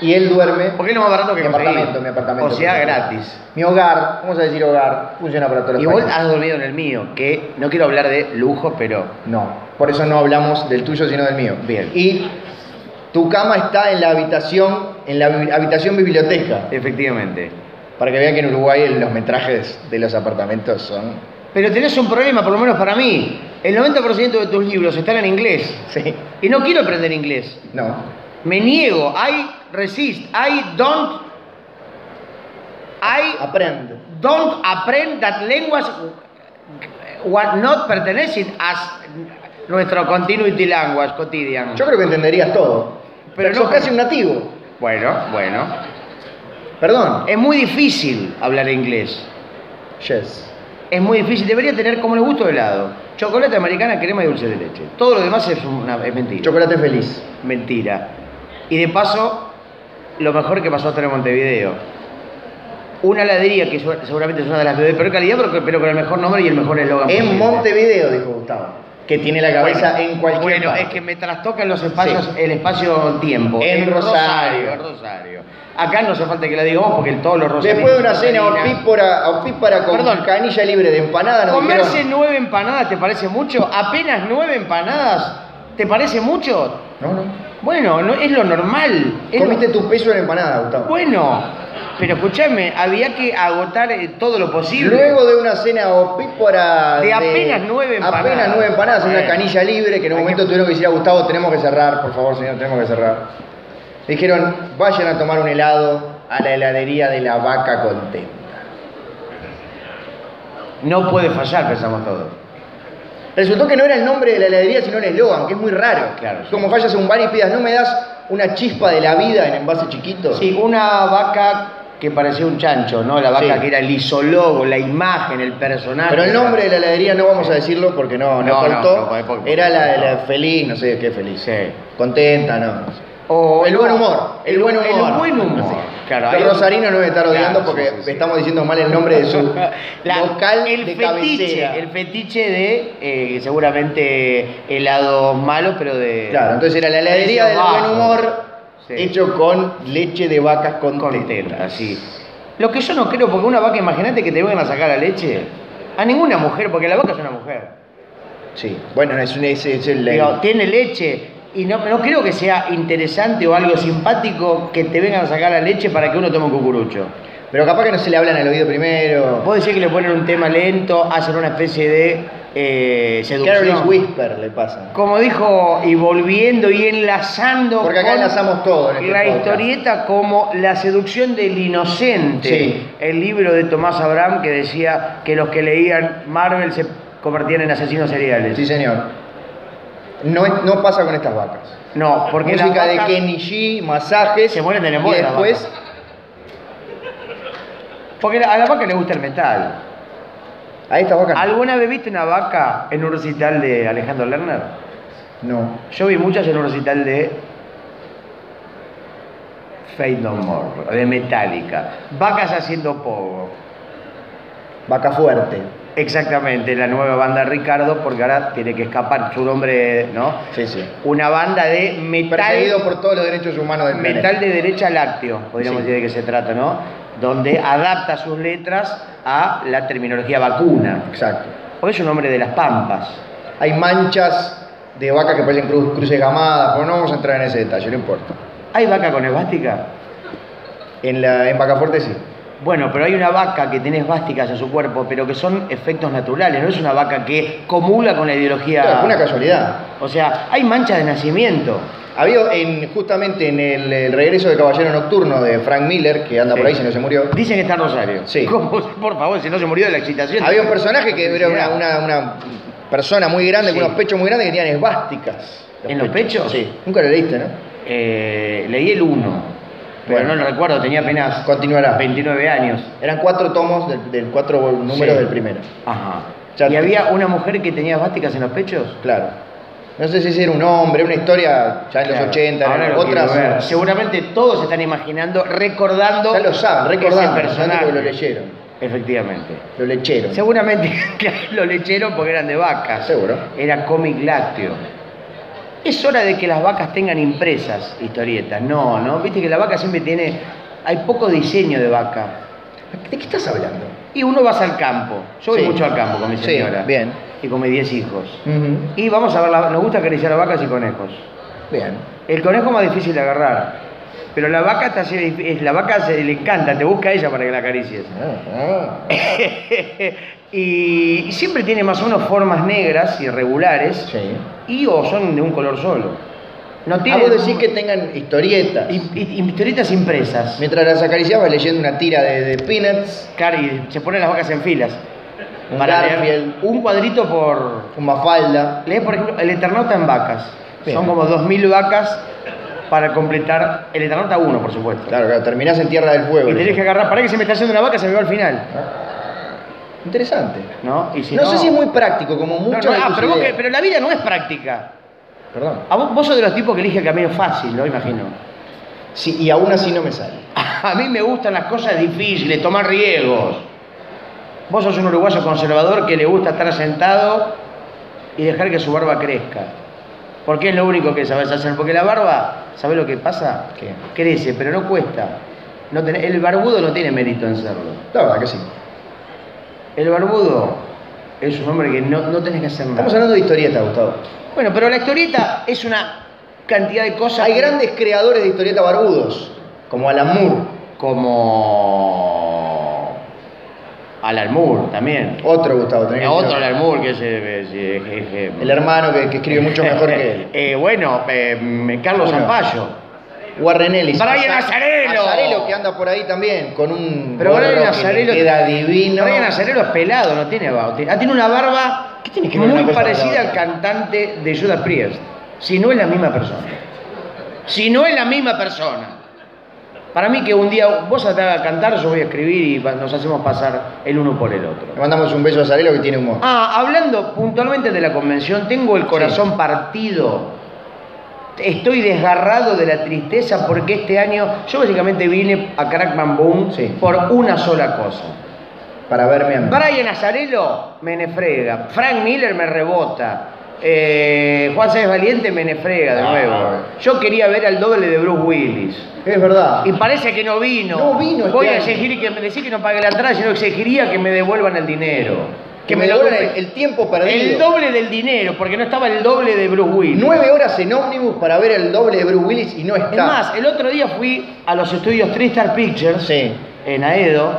[SPEAKER 2] Y él duerme
[SPEAKER 1] Porque es lo más barato que
[SPEAKER 2] mi
[SPEAKER 1] conseguí.
[SPEAKER 2] apartamento, mi apartamento.
[SPEAKER 1] O sea,
[SPEAKER 2] por supuesto.
[SPEAKER 1] gratis.
[SPEAKER 2] Mi hogar, vamos a decir hogar, funciona para todos los
[SPEAKER 1] Y vos
[SPEAKER 2] países.
[SPEAKER 1] has dormido en el mío, que no quiero hablar de lujo, pero
[SPEAKER 2] No, por eso no hablamos del tuyo, sino del mío.
[SPEAKER 1] Bien.
[SPEAKER 2] Y tu cama está en la habitación, en la bi- habitación biblioteca.
[SPEAKER 1] efectivamente.
[SPEAKER 2] Para que vean que en Uruguay los metrajes de los apartamentos son.
[SPEAKER 1] Pero tenés un problema, por lo menos para mí. El 90% de tus libros están en inglés.
[SPEAKER 2] Sí.
[SPEAKER 1] Y no quiero aprender inglés.
[SPEAKER 2] No.
[SPEAKER 1] Me niego. I resist. I don't. I
[SPEAKER 2] Aprende.
[SPEAKER 1] don't aprend that language what not pertenecen as nuestro continuity language cotidiano.
[SPEAKER 2] Yo creo que entenderías todo.
[SPEAKER 1] Pero
[SPEAKER 2] Pero
[SPEAKER 1] no-
[SPEAKER 2] sos casi un nativo.
[SPEAKER 1] Bueno, bueno.
[SPEAKER 2] Perdón.
[SPEAKER 1] Es muy difícil hablar inglés.
[SPEAKER 2] Yes.
[SPEAKER 1] Es muy difícil. Debería tener como el gusto de helado. Chocolate americana, crema y dulce de leche. Todo lo demás es, una, es mentira.
[SPEAKER 2] Chocolate feliz.
[SPEAKER 1] mentira. Y de paso, lo mejor que pasó hasta en Montevideo. Una heladería que su- seguramente es una de las de peor calidad, pero, que- pero con el mejor nombre y el mejor eslogan.
[SPEAKER 2] En
[SPEAKER 1] posible.
[SPEAKER 2] Montevideo, dijo Gustavo. Que tiene la cabeza en cualquier
[SPEAKER 1] Bueno,
[SPEAKER 2] parte.
[SPEAKER 1] es que me trastocan los espacios,
[SPEAKER 2] Sí.
[SPEAKER 1] el espacio-tiempo.
[SPEAKER 2] En Rosario.
[SPEAKER 1] En Rosario. Acá no hace falta que la digamos porque todos los rosarios.
[SPEAKER 2] Después de una cena opípara, opípara con
[SPEAKER 1] Perdón.
[SPEAKER 2] canilla libre de empanada, nos
[SPEAKER 1] ¿Comerse
[SPEAKER 2] dijeron-
[SPEAKER 1] nueve empanadas te parece mucho? ¿Apenas nueve empanadas te parece mucho?
[SPEAKER 2] No, no.
[SPEAKER 1] Bueno, no, es lo normal. Es lo-
[SPEAKER 2] Comiste tu peso en empanada, Gustavo.
[SPEAKER 1] Bueno, Pero escúchame, había que agotar eh, todo lo posible.
[SPEAKER 2] Luego de una cena opípora
[SPEAKER 1] De apenas nueve empanadas.
[SPEAKER 2] Apenas nueve empanadas, una
[SPEAKER 1] Bueno.
[SPEAKER 2] canilla libre que en un
[SPEAKER 1] Hay
[SPEAKER 2] momento
[SPEAKER 1] que-
[SPEAKER 2] tuvieron que decir a Gustavo, tenemos que cerrar, por favor, señor, tenemos que cerrar. Dijeron, vayan a tomar un helado a la heladería de la vaca contenta.
[SPEAKER 1] No puede fallar, pensamos todos.
[SPEAKER 2] Resultó que no era el nombre de la heladería, sino el eslogan, que es muy raro.
[SPEAKER 1] Claro, sí.
[SPEAKER 2] Como vayas a un bar y pidas, no me das una chispa de la vida en envase chiquito.
[SPEAKER 1] Sí, una vaca que parecía un chancho, ¿no? La vaca
[SPEAKER 2] Sí.
[SPEAKER 1] que era el isólogo, la imagen, el personaje.
[SPEAKER 2] Pero el nombre de la heladería no vamos a decirlo porque no, no,
[SPEAKER 1] No, no,
[SPEAKER 2] faltó.
[SPEAKER 1] no, porque-
[SPEAKER 2] era la de la
[SPEAKER 1] no.
[SPEAKER 2] feliz, no sé qué feliz.
[SPEAKER 1] Sí.
[SPEAKER 2] Contenta, no. no sé.
[SPEAKER 1] O-
[SPEAKER 2] el buen humor, el buen humor.
[SPEAKER 1] El buen humor. Claro,
[SPEAKER 2] Los
[SPEAKER 1] ahí-
[SPEAKER 2] rosarinos no me están odiando
[SPEAKER 1] Claro,
[SPEAKER 2] porque
[SPEAKER 1] sí, sí, sí.
[SPEAKER 2] estamos diciendo mal el nombre de su
[SPEAKER 1] [laughs] La-
[SPEAKER 2] local
[SPEAKER 1] el
[SPEAKER 2] de
[SPEAKER 1] fetiche,
[SPEAKER 2] cabecera.
[SPEAKER 1] el fetiche de eh, seguramente helados malos, pero de
[SPEAKER 2] Claro, entonces era la heladería
[SPEAKER 1] precios
[SPEAKER 2] del buen
[SPEAKER 1] bajos.
[SPEAKER 2] humor
[SPEAKER 1] Sí.
[SPEAKER 2] hecho con leche de vacas
[SPEAKER 1] contenta, sí. Lo que yo no creo, porque una vaca, imagínate que te vengan a sacar la leche. A ninguna mujer, porque la vaca es una mujer.
[SPEAKER 2] Sí, bueno, es, un- es, es el...
[SPEAKER 1] Digo, tiene leche. Y no, no creo que sea interesante o algo simpático que te vengan a sacar la leche para que uno tome un cucurucho.
[SPEAKER 2] Pero capaz que no se le hablan al oído primero.
[SPEAKER 1] Puede decir que le ponen un tema lento, hacen una especie de eh, seducción.
[SPEAKER 2] Carol's Whisper le pasa.
[SPEAKER 1] Como dijo, y volviendo y enlazando.
[SPEAKER 2] Porque acá enlazamos todo en este
[SPEAKER 1] La
[SPEAKER 2] podcast.
[SPEAKER 1] historieta como La seducción del inocente.
[SPEAKER 2] Sí.
[SPEAKER 1] El libro de Tomás Abraham que decía que los que leían Marvel se convertían en asesinos seriales.
[SPEAKER 2] Sí, señor. No, es- no pasa con estas vacas.
[SPEAKER 1] No, porque las
[SPEAKER 2] Música de
[SPEAKER 1] vacas-
[SPEAKER 2] Kenny G, masajes.
[SPEAKER 1] Se mueren de la
[SPEAKER 2] Y
[SPEAKER 1] moda las
[SPEAKER 2] después,
[SPEAKER 1] Porque a la vaca le gusta el metal.
[SPEAKER 2] a estas vacas.
[SPEAKER 1] ¿Alguna vez viste una vaca en un recital de Alejandro Lerner?
[SPEAKER 2] No.
[SPEAKER 1] Yo vi muchas en un recital de Fade No More, de Metallica. Vacas haciendo pogo.
[SPEAKER 2] Vaca fuerte.
[SPEAKER 1] Exactamente, la nueva banda de Ricardo, porque ahora tiene que escapar su nombre, ¿no?
[SPEAKER 2] Sí, sí.
[SPEAKER 1] Una banda de metal,
[SPEAKER 2] Perseguido por todos los derechos humanos del planeta.
[SPEAKER 1] metal de derecha lácteo, podríamos
[SPEAKER 2] Sí.
[SPEAKER 1] decir de qué se trata, ¿no? Donde adapta sus letras a la terminología vacuna.
[SPEAKER 2] Exacto.
[SPEAKER 1] Porque es un hombre de las pampas.
[SPEAKER 2] Hay manchas de vacas que parecen cru- cruces gamadas, pero no vamos a entrar en ese detalle, no importa.
[SPEAKER 1] ¿Hay vaca con esvástica?
[SPEAKER 2] En, la, en Vaca Fuerte sí.
[SPEAKER 1] Bueno, pero hay una vaca que tiene esvásticas en su cuerpo, pero que son efectos naturales, no es una vaca que comula con la ideología.
[SPEAKER 2] Claro, fue una casualidad.
[SPEAKER 1] O sea, hay manchas de nacimiento.
[SPEAKER 2] Había en, justamente en el, el regreso de Caballero Nocturno de Frank Miller, que anda por ahí
[SPEAKER 1] Sí.
[SPEAKER 2] si no se murió,
[SPEAKER 1] Dicen que está en Rosario. [laughs]
[SPEAKER 2] Sí.
[SPEAKER 1] ¿Cómo? Por favor, si no se murió de la excitación.
[SPEAKER 2] había un personaje que era una, una- una persona muy grande,
[SPEAKER 1] Sí.
[SPEAKER 2] con unos pechos muy grandes que tenían esvásticas.
[SPEAKER 1] ¿En los pechos?
[SPEAKER 2] Sí. Nunca lo leíste, ¿no?
[SPEAKER 1] Eh, leí el 1, pero
[SPEAKER 2] Bueno.
[SPEAKER 1] no lo recuerdo, tenía apenas
[SPEAKER 2] Continuará.
[SPEAKER 1] 29 años.
[SPEAKER 2] Eran cuatro tomos del, del cuatro números
[SPEAKER 1] Sí.
[SPEAKER 2] del primero.
[SPEAKER 1] Ajá.
[SPEAKER 2] Ya
[SPEAKER 1] ¿Y
[SPEAKER 2] te-
[SPEAKER 1] había una mujer que tenía esvásticas en los pechos?
[SPEAKER 2] Claro. No sé si ese era un hombre, una historia ya en
[SPEAKER 1] Claro.
[SPEAKER 2] los 80,
[SPEAKER 1] Ahora
[SPEAKER 2] eran
[SPEAKER 1] lo quiero ver.
[SPEAKER 2] otras.
[SPEAKER 1] Seguramente todos están imaginando, recordando.
[SPEAKER 2] Ya lo saben, recordando,
[SPEAKER 1] ese personaje.
[SPEAKER 2] porque lo leyeron.
[SPEAKER 1] Efectivamente.
[SPEAKER 2] Lo lecheron.
[SPEAKER 1] Seguramente [laughs] que lo lecheron porque eran de vacas.
[SPEAKER 2] Seguro.
[SPEAKER 1] Era cómic lácteo. Es hora de que las vacas tengan impresas historietas. No, no. Viste que la vaca siempre tiene. Hay poco diseño de vaca.
[SPEAKER 2] ¿De qué estás hablando?
[SPEAKER 1] Y uno vas al campo. Yo voy
[SPEAKER 2] Sí.
[SPEAKER 1] mucho al campo con mi
[SPEAKER 2] Sí,
[SPEAKER 1] señora.
[SPEAKER 2] bien.
[SPEAKER 1] Y con mis 10 hijos. Y vamos a ver, la- nos gusta acariciar a vacas y conejos. [laughs]
[SPEAKER 2] Bien.
[SPEAKER 1] El conejo es más difícil de agarrar. Pero la vaca, está, es- la vaca se, le encanta, te busca a ella para que la acaricies. [laughs]
[SPEAKER 2] Ah, ah.
[SPEAKER 1] y siempre tiene más o menos formas negras, irregulares,
[SPEAKER 2] Sí.
[SPEAKER 1] y o son de un color solo. No
[SPEAKER 2] Ah,
[SPEAKER 1] tiene
[SPEAKER 2] vos decís que tengan historietas.
[SPEAKER 1] y- y- y historietas impresas.
[SPEAKER 2] Mientras las acariciabas leyendo una tira de, de Peanuts,
[SPEAKER 1] Claro, y se ponen las vacas en filas.
[SPEAKER 2] un
[SPEAKER 1] Para leer
[SPEAKER 2] Garfield,
[SPEAKER 1] un cuadrito por...
[SPEAKER 2] un Mafalda.
[SPEAKER 1] Lees, por ejemplo, el Eternauta en vacas.
[SPEAKER 2] Bien.
[SPEAKER 1] Son como 2.000 vacas para completar el Eternauta 1, por supuesto.
[SPEAKER 2] Claro, claro, terminás en Tierra del Fuego.
[SPEAKER 1] Y tenés que agarrar, para que se me está yendo una vaca, se me va al final.
[SPEAKER 2] Interesante.
[SPEAKER 1] ¿No? Y si
[SPEAKER 2] no, sé si es muy práctico, como
[SPEAKER 1] No, no,
[SPEAKER 2] muchas de
[SPEAKER 1] ah,
[SPEAKER 2] tus
[SPEAKER 1] pero, vos
[SPEAKER 2] ideas.
[SPEAKER 1] que- pero la vida no es práctica.
[SPEAKER 2] Perdón.
[SPEAKER 1] A vos, vos sos de los tipos que elige el camino fácil, ¿no? Imagino. [laughs]
[SPEAKER 2] Sí, y aún así no me sale.
[SPEAKER 1] A mí me gustan las cosas difíciles, tomar riesgos. Vos sos un uruguayo conservador que le gusta estar sentado y dejar que su barba crezca. Porque es lo único que sabes hacer. Porque la barba, ¿sabés lo que pasa?
[SPEAKER 2] ¿Qué?
[SPEAKER 1] Crece, pero no cuesta. No tenés- el barbudo no tiene mérito en serlo.
[SPEAKER 2] La verdad que sí.
[SPEAKER 1] El barbudo es un hombre que no, no tenés que hacer nada.
[SPEAKER 2] Estamos hablando de historietas, Gustavo.
[SPEAKER 1] Bueno, pero la historieta es una cantidad de cosas.
[SPEAKER 2] Hay
[SPEAKER 1] que-
[SPEAKER 2] grandes creadores de historietas barbudos, como Alan Moore.
[SPEAKER 1] como Alan Moore también.
[SPEAKER 2] Otro Gustavo,
[SPEAKER 1] Eh,
[SPEAKER 2] tenés que
[SPEAKER 1] Otro
[SPEAKER 2] decirlo.
[SPEAKER 1] Alan Moore que es, eh, es, eh, es, eh,
[SPEAKER 2] El hermano que, que escribe mucho mejor que él.
[SPEAKER 1] [laughs] Eh, bueno, eh, Carlos
[SPEAKER 2] Uno.
[SPEAKER 1] Zampayo.
[SPEAKER 2] Warren Ellis.
[SPEAKER 1] Brian
[SPEAKER 2] Aza-
[SPEAKER 1] Azzarello.
[SPEAKER 2] Azzarello que anda por ahí también con un
[SPEAKER 1] Pero
[SPEAKER 2] gorro
[SPEAKER 1] Brian
[SPEAKER 2] que le
[SPEAKER 1] Azzarello-
[SPEAKER 2] queda divino.
[SPEAKER 1] Brian Azzarello es pelado, no tiene barba. Ah, tiene una barba
[SPEAKER 2] ¿Qué tiene que ver una
[SPEAKER 1] muy
[SPEAKER 2] cosa con la
[SPEAKER 1] parecida
[SPEAKER 2] otra?
[SPEAKER 1] al cantante de Judas Priest. Si no es la misma persona. Si no es la misma persona. Para mí que un día vos hasta a cantar, yo voy a escribir y va- nos hacemos pasar el uno por el otro.
[SPEAKER 2] Le mandamos un beso a Azzarello que tiene humor.
[SPEAKER 1] Ah, hablando puntualmente de la convención, tengo el corazón partido. Estoy desgarrado de la tristeza porque este año yo básicamente vine a Crackman Boom
[SPEAKER 2] Sí.
[SPEAKER 1] por una sola cosa.
[SPEAKER 2] Para verme a mí.
[SPEAKER 1] Brian Azarelo me nefrega, Frank Miller me rebota, eh, Juan Sáenz Valiente me nefrega de
[SPEAKER 2] Ah.
[SPEAKER 1] nuevo. Yo quería ver al doble de Bruce Willis.
[SPEAKER 2] Es verdad.
[SPEAKER 1] Y parece que no vino.
[SPEAKER 2] No vino este
[SPEAKER 1] Voy a
[SPEAKER 2] año.
[SPEAKER 1] exigir que me decís que no pague la entrada, sino exigiría que me devuelvan el dinero.
[SPEAKER 2] que me
[SPEAKER 1] lo
[SPEAKER 2] devuelvan
[SPEAKER 1] devuelvan.
[SPEAKER 2] el, el tiempo perdido.
[SPEAKER 1] El doble del dinero, porque no estaba el doble de Bruce Willis.
[SPEAKER 2] Nueve horas en ómnibus para ver el doble de Bruce Willis y no está.
[SPEAKER 1] Es más, el otro día fui a los estudios Three Star Pictures
[SPEAKER 2] Sí.
[SPEAKER 1] en Aedo,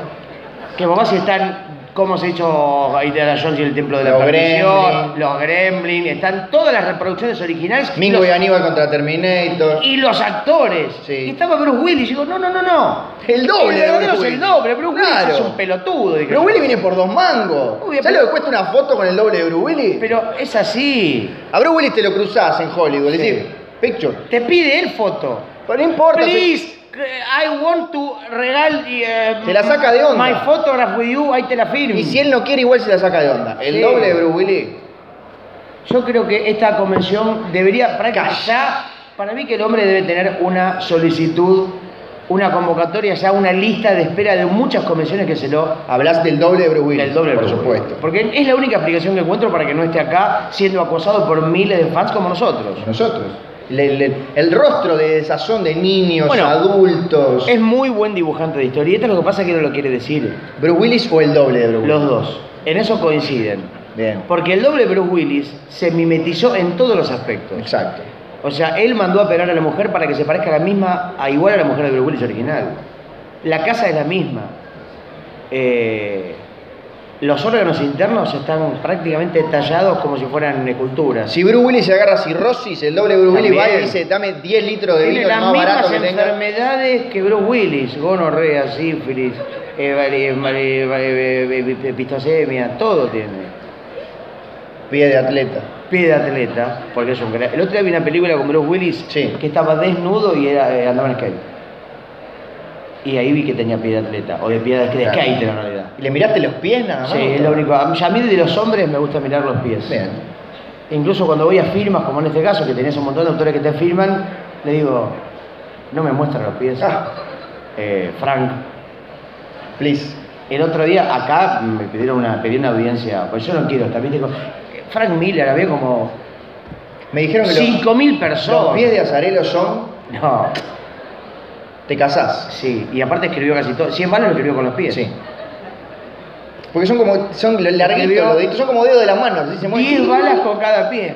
[SPEAKER 1] que papá si están, como se ha hecho Indiana Jones y el Templo de la
[SPEAKER 2] Los
[SPEAKER 1] Perdición,
[SPEAKER 2] Gremlin.
[SPEAKER 1] los Gremlin, están todas las reproducciones originales
[SPEAKER 2] Mingo
[SPEAKER 1] los-
[SPEAKER 2] y Aníbal contra Terminator.
[SPEAKER 1] y los actores.
[SPEAKER 2] Sí.
[SPEAKER 1] Y estaba Bruce Willis, y digo, no, no, no, no.
[SPEAKER 2] El
[SPEAKER 1] El
[SPEAKER 2] doble de
[SPEAKER 1] verdadero
[SPEAKER 2] Bruce
[SPEAKER 1] es el
[SPEAKER 2] Willis.
[SPEAKER 1] doble, Bruce
[SPEAKER 2] Claro.
[SPEAKER 1] Willis es un pelotudo. dije
[SPEAKER 2] Bruce
[SPEAKER 1] yo.
[SPEAKER 2] Willis viene por dos mangos.
[SPEAKER 1] Uy,
[SPEAKER 2] ¿Sabes
[SPEAKER 1] pero-
[SPEAKER 2] lo que cuesta una foto con el doble de Bruce Willis?
[SPEAKER 1] Pero es así.
[SPEAKER 2] A Bruce Willis te lo cruzás en Hollywood. Le decís, picture.
[SPEAKER 1] Te pide él foto.
[SPEAKER 2] Pero no importa.
[SPEAKER 1] Please, eh, I want to regal. eh,
[SPEAKER 2] Te la saca de onda.
[SPEAKER 1] My photograph with you, ahí te la
[SPEAKER 2] se-
[SPEAKER 1] firmo.
[SPEAKER 2] Y si él no quiere, igual se la saca de onda. El
[SPEAKER 1] Mm. Sí.
[SPEAKER 2] doble de Bruce Willis.
[SPEAKER 1] Yo creo que esta convención debería prácticamente
[SPEAKER 2] Cash.
[SPEAKER 1] ya, para mí que el hombre debe tener una solicitud, una convocatoria, ya una lista de espera de muchas convenciones que se lo
[SPEAKER 2] Hablas del doble de Bruce Willis.
[SPEAKER 1] del doble
[SPEAKER 2] por
[SPEAKER 1] Bruce Willis.
[SPEAKER 2] supuesto.
[SPEAKER 1] Porque es la única explicación que encuentro para que no esté acá siendo acosado por miles de fans como nosotros.
[SPEAKER 2] Nosotros. Le- le- el rostro de desazón de niños,
[SPEAKER 1] Bueno,
[SPEAKER 2] adultos.
[SPEAKER 1] Es muy buen dibujante de historietas, lo que pasa es que no lo quiere decir.
[SPEAKER 2] ¿Bruce Willis o el doble de Bruce Willis?
[SPEAKER 1] Los dos. En eso coinciden.
[SPEAKER 2] Bien.
[SPEAKER 1] Porque el doble Bruce Willis se mimetizó en todos los aspectos.
[SPEAKER 2] Exacto.
[SPEAKER 1] O sea, él mandó a operar a la mujer para que se parezca a la misma, a igual a la mujer de Bruce Willis original. La casa es la misma. Eh, los órganos internos están prácticamente tallados como si fueran esculturas.
[SPEAKER 2] Si Bruce Willis se agarra cirrosis, el doble Bruce Willis va
[SPEAKER 1] También.
[SPEAKER 2] y dice, dame 10 litros de
[SPEAKER 1] Tiene
[SPEAKER 2] vino lo
[SPEAKER 1] las
[SPEAKER 2] más barato
[SPEAKER 1] mismas
[SPEAKER 2] que tenga.
[SPEAKER 1] enfermedades que Bruce Willis, gonorrea, sífilis, eh, vale- vale- vale- vale- pistosemia, todo tiene.
[SPEAKER 2] Pie de atleta.
[SPEAKER 1] pie de atleta, porque es un gran... El otro día vi una película con Bruce Willis
[SPEAKER 2] Sí.
[SPEAKER 1] que estaba desnudo y era, eh, andaba en skate. Y ahí vi que tenía pie de atleta, o de pie de, de
[SPEAKER 2] Claro. Ah,
[SPEAKER 1] skate en realidad.
[SPEAKER 2] ¿Y le miraste los pies nada más?
[SPEAKER 1] Sí, es lo único. A mí- a mí de los hombres me gusta mirar los pies.
[SPEAKER 2] Bien.
[SPEAKER 1] Incluso cuando voy a firmas, como en este caso, que tenés un montón de autores que te firman, le digo, no me muestran los pies.
[SPEAKER 2] Ah,
[SPEAKER 1] Eh, Frank,
[SPEAKER 2] please.
[SPEAKER 1] el otro día acá me pidieron una, pedí una audiencia, pues yo no quiero, también digo, Frank Miller, había como
[SPEAKER 2] Me dijeron que los-
[SPEAKER 1] 5.000
[SPEAKER 2] los,
[SPEAKER 1] personas.
[SPEAKER 2] pies de azarelo son...
[SPEAKER 1] No,
[SPEAKER 2] Te casás.
[SPEAKER 1] Sí, y aparte escribió casi todo. 100 balas lo escribió con los pies.
[SPEAKER 2] Sí. Porque son como... Son larguitos
[SPEAKER 1] Escribió-
[SPEAKER 2] los deditos. Son como dedos de las manos. así se mueven.
[SPEAKER 1] 10 balas con cada
[SPEAKER 2] [clears throat]
[SPEAKER 1] pie.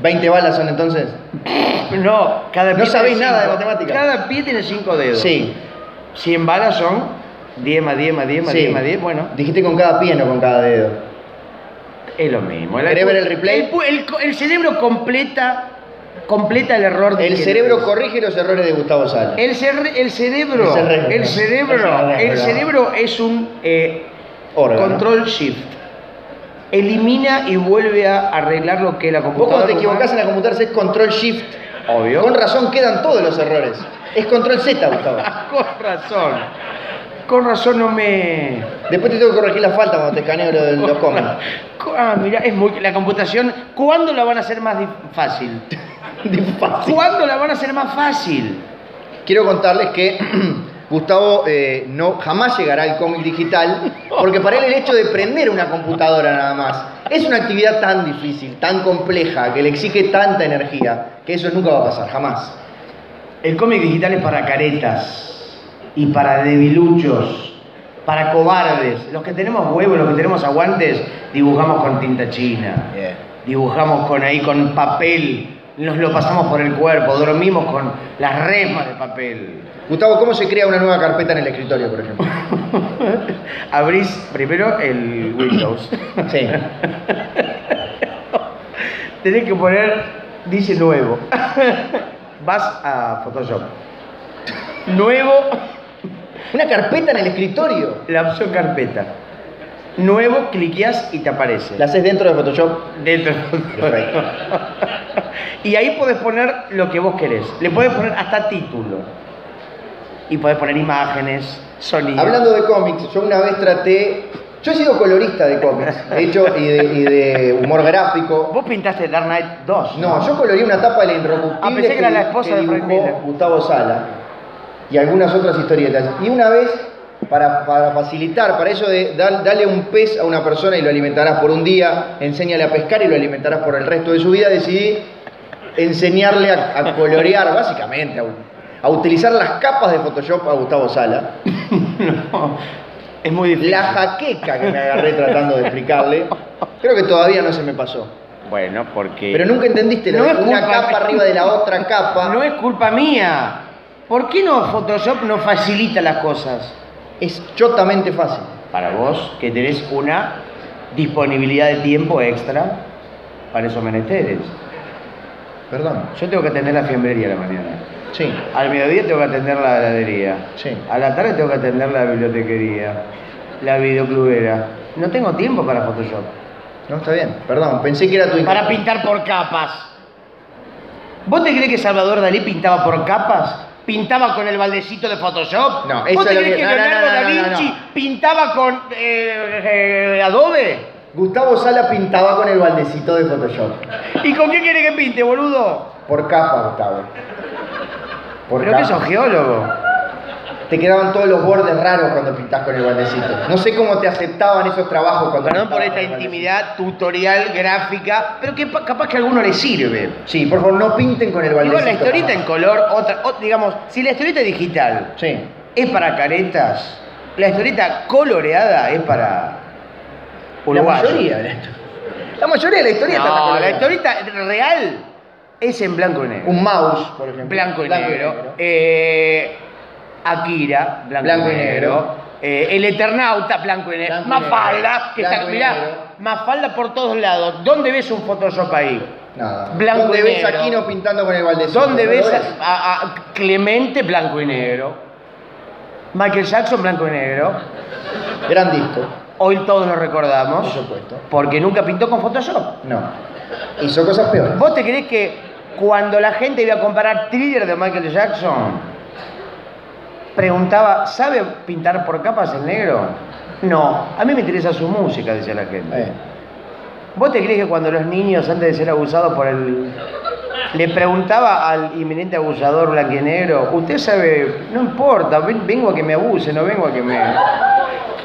[SPEAKER 2] 20 balas son entonces.
[SPEAKER 1] No, cada
[SPEAKER 2] No
[SPEAKER 1] pie.
[SPEAKER 2] sabés
[SPEAKER 1] tiene
[SPEAKER 2] nada de
[SPEAKER 1] cinco.
[SPEAKER 2] matemática.
[SPEAKER 1] Cada pie tiene 5 dedos.
[SPEAKER 2] Sí.
[SPEAKER 1] 100 balas son 10 más 10 más 10 más
[SPEAKER 2] sí.
[SPEAKER 1] 10 más 10. Bueno,
[SPEAKER 2] Dijiste con cada pie, no con cada dedo.
[SPEAKER 1] es lo mismo.
[SPEAKER 2] ¿Querés ver el replay?
[SPEAKER 1] El, pu- el co- el cerebro completa, completa el error de
[SPEAKER 2] El
[SPEAKER 1] que-
[SPEAKER 2] cerebro corrige los errores de Gustavo Sala.
[SPEAKER 1] El, cer- el cerebro,
[SPEAKER 2] El cerebro.
[SPEAKER 1] el cerebro,
[SPEAKER 2] El
[SPEAKER 1] el
[SPEAKER 2] cerebro.
[SPEAKER 1] cerebro es un eh,
[SPEAKER 2] Órgano.
[SPEAKER 1] control shift. Elimina y vuelve a arreglar lo que la
[SPEAKER 2] Vos
[SPEAKER 1] computadora.
[SPEAKER 2] cuando te
[SPEAKER 1] humana-
[SPEAKER 2] equivocás en la computadora es control shift.
[SPEAKER 1] Obvio.
[SPEAKER 2] Con razón quedan todos los errores. Es control Z, Gustavo.
[SPEAKER 1] [laughs] Con razón. Con razón no me.
[SPEAKER 2] Después te tengo que corregir la falta cuando te escaneo lo- los, comas.
[SPEAKER 1] Ah, mira, es muy. La computación. ¿Cuándo la van a hacer más dif- fácil?
[SPEAKER 2] Fácil.
[SPEAKER 1] ¿Cuándo la van a hacer más fácil?
[SPEAKER 2] Quiero contarles que [clears throat] Gustavo eh, no, jamás llegará al cómic digital, porque para él el hecho de prender una computadora nada más es una actividad tan difícil, tan compleja, que le exige tanta energía, que eso nunca va a pasar, jamás.
[SPEAKER 1] El cómic digital es para caretas y para debiluchos, para cobardes. Los que tenemos huevos, los que tenemos aguantes, dibujamos con tinta china. Dibujamos con ahí con papel, nos lo pasamos por el cuerpo, dormimos con las resmas de papel.
[SPEAKER 2] Gustavo, ¿cómo se crea una nueva carpeta en el escritorio, por ejemplo?
[SPEAKER 1] [laughs] Abrís primero el Windows.
[SPEAKER 2] Sí.
[SPEAKER 1] Tenés que poner, dice nuevo. [laughs] Vas a Photoshop. Nuevo,
[SPEAKER 2] Una carpeta en el escritorio.
[SPEAKER 1] la opción carpeta. Nuevo, cliqueás y te aparece.
[SPEAKER 2] ¿La haces dentro de Photoshop?
[SPEAKER 1] Dentro.
[SPEAKER 2] Perfecto.
[SPEAKER 1] Y ahí podés poner lo que vos querés. Le podés poner hasta título. Y podés poner imágenes, sonido.
[SPEAKER 2] Hablando de cómics, yo una vez traté. Yo he sido colorista de cómics, de hecho, y de, y de humor gráfico.
[SPEAKER 1] Vos pintaste Dark Knight 2. [laughs]
[SPEAKER 2] No, yo colorí una tapa de la Inrocuptible
[SPEAKER 1] Ah, pensé que era la esposa de Frank
[SPEAKER 2] dibujó
[SPEAKER 1] Miller.
[SPEAKER 2] Gustavo Sala y algunas otras historietas. Y una vez, para, para facilitar, para eso de dar- darle un pez a una persona y lo alimentarás por un día, enséñale a pescar y lo alimentarás por el resto de su vida, decidí enseñarle a, a colorear, [laughs] básicamente, a, a utilizar las capas de Photoshop a Gustavo Sala.
[SPEAKER 1] Es muy difícil.
[SPEAKER 2] La jaqueca que me agarré tratando de explicarle. Creo que todavía no se me pasó.
[SPEAKER 1] Bueno, porque.
[SPEAKER 2] Pero nunca entendiste lo
[SPEAKER 1] No
[SPEAKER 2] de
[SPEAKER 1] es
[SPEAKER 2] una
[SPEAKER 1] culpa.
[SPEAKER 2] capa arriba de la otra capa.
[SPEAKER 1] No es culpa mía. ¿Por qué no Photoshop no facilita las cosas?
[SPEAKER 2] Es chotamente fácil.
[SPEAKER 1] Para vos, que tenés una disponibilidad de tiempo extra para esos menesteres.
[SPEAKER 2] Perdón.
[SPEAKER 1] Yo tengo que atender la fiambrería a la mañana.
[SPEAKER 2] Sí.
[SPEAKER 1] Al mediodía tengo que atender la heladería.
[SPEAKER 2] Sí.
[SPEAKER 1] A la tarde tengo que atender la bibliotequería. La videoclubera. No tengo tiempo para Photoshop.
[SPEAKER 2] No, está bien. Perdón. Pensé que era tu
[SPEAKER 1] Para pintar por capas. ¿Vos te crees que Salvador Dalí pintaba por capas? ¿Pintaba con el baldecito de Photoshop?
[SPEAKER 2] No, eso
[SPEAKER 1] ¿Vos te
[SPEAKER 2] es lo
[SPEAKER 1] crees
[SPEAKER 2] que-
[SPEAKER 1] que
[SPEAKER 2] no, no,
[SPEAKER 1] Leonardo
[SPEAKER 2] no, no,
[SPEAKER 1] da
[SPEAKER 2] no, no.
[SPEAKER 1] Vinci pintaba con eh, eh, adobe?
[SPEAKER 2] Gustavo Sala pintaba con el baldecito de Photoshop.
[SPEAKER 1] ¿Y con qué querés que pinte, boludo?
[SPEAKER 2] Por capa, Gustavo. Por
[SPEAKER 1] Pero que
[SPEAKER 2] capa.
[SPEAKER 1] sos geólogo.
[SPEAKER 2] Te quedaban todos los bordes raros cuando pintás con el baldecito. No sé cómo te aceptaban esos trabajos cuando
[SPEAKER 1] Perdón por
[SPEAKER 2] pintabas
[SPEAKER 1] esta
[SPEAKER 2] con el baldecito.
[SPEAKER 1] intimidad tutorial gráfica, pero que pa- capaz que a alguno le sirve.
[SPEAKER 2] Sí, por favor, no pinten con el baldecito.
[SPEAKER 1] Igual la historieta en
[SPEAKER 2] jamás.
[SPEAKER 1] color, otra, o- digamos, si la historieta digital
[SPEAKER 2] Sí.
[SPEAKER 1] es para caretas, la historieta coloreada es para uruguayos.
[SPEAKER 2] La mayoría de la historia. La mayoría de la historia está
[SPEAKER 1] No, la
[SPEAKER 2] colorada.
[SPEAKER 1] historieta real es en blanco y negro.
[SPEAKER 2] Un mouse, por ejemplo.
[SPEAKER 1] Blanco y negro. Eh, Akira, blanco,
[SPEAKER 2] Blanco
[SPEAKER 1] y
[SPEAKER 2] y
[SPEAKER 1] negro.
[SPEAKER 2] negro.
[SPEAKER 1] Eh, el Eternauta, blanco y negro.
[SPEAKER 2] Blanco y
[SPEAKER 1] Mafalda,
[SPEAKER 2] negro.
[SPEAKER 1] que está,
[SPEAKER 2] Blanco y
[SPEAKER 1] mirá,
[SPEAKER 2] negro.
[SPEAKER 1] Mafalda por todos lados. ¿Dónde ves un Photoshop ahí?
[SPEAKER 2] Nada.
[SPEAKER 1] Blanco
[SPEAKER 2] ¿Dónde
[SPEAKER 1] y
[SPEAKER 2] ves
[SPEAKER 1] negro.
[SPEAKER 2] a Quino pintando con el baldecito?
[SPEAKER 1] ¿Dónde
[SPEAKER 2] ¿No
[SPEAKER 1] ves
[SPEAKER 2] lo
[SPEAKER 1] a, a- a Clemente blanco y negro? Michael Jackson blanco y negro.
[SPEAKER 2] Gran disco,
[SPEAKER 1] Hoy todos lo
[SPEAKER 2] por
[SPEAKER 1] recordamos
[SPEAKER 2] supuesto.
[SPEAKER 1] porque nunca pintó con Photoshop.
[SPEAKER 2] No. Hizo cosas peores.
[SPEAKER 1] ¿Vos te crees que cuando la gente iba a comparar thriller de Michael Jackson, preguntaba, ¿sabe pintar por capas el negro? No, a mí me interesa su música, decía la gente.
[SPEAKER 2] Eh,
[SPEAKER 1] ¿Vos te crees que cuando los niños, antes de ser abusados por el. le preguntaba al inminente abusador blanquinegro, usted sabe, no importa, ven- vengo a que me abuse, no vengo a que me.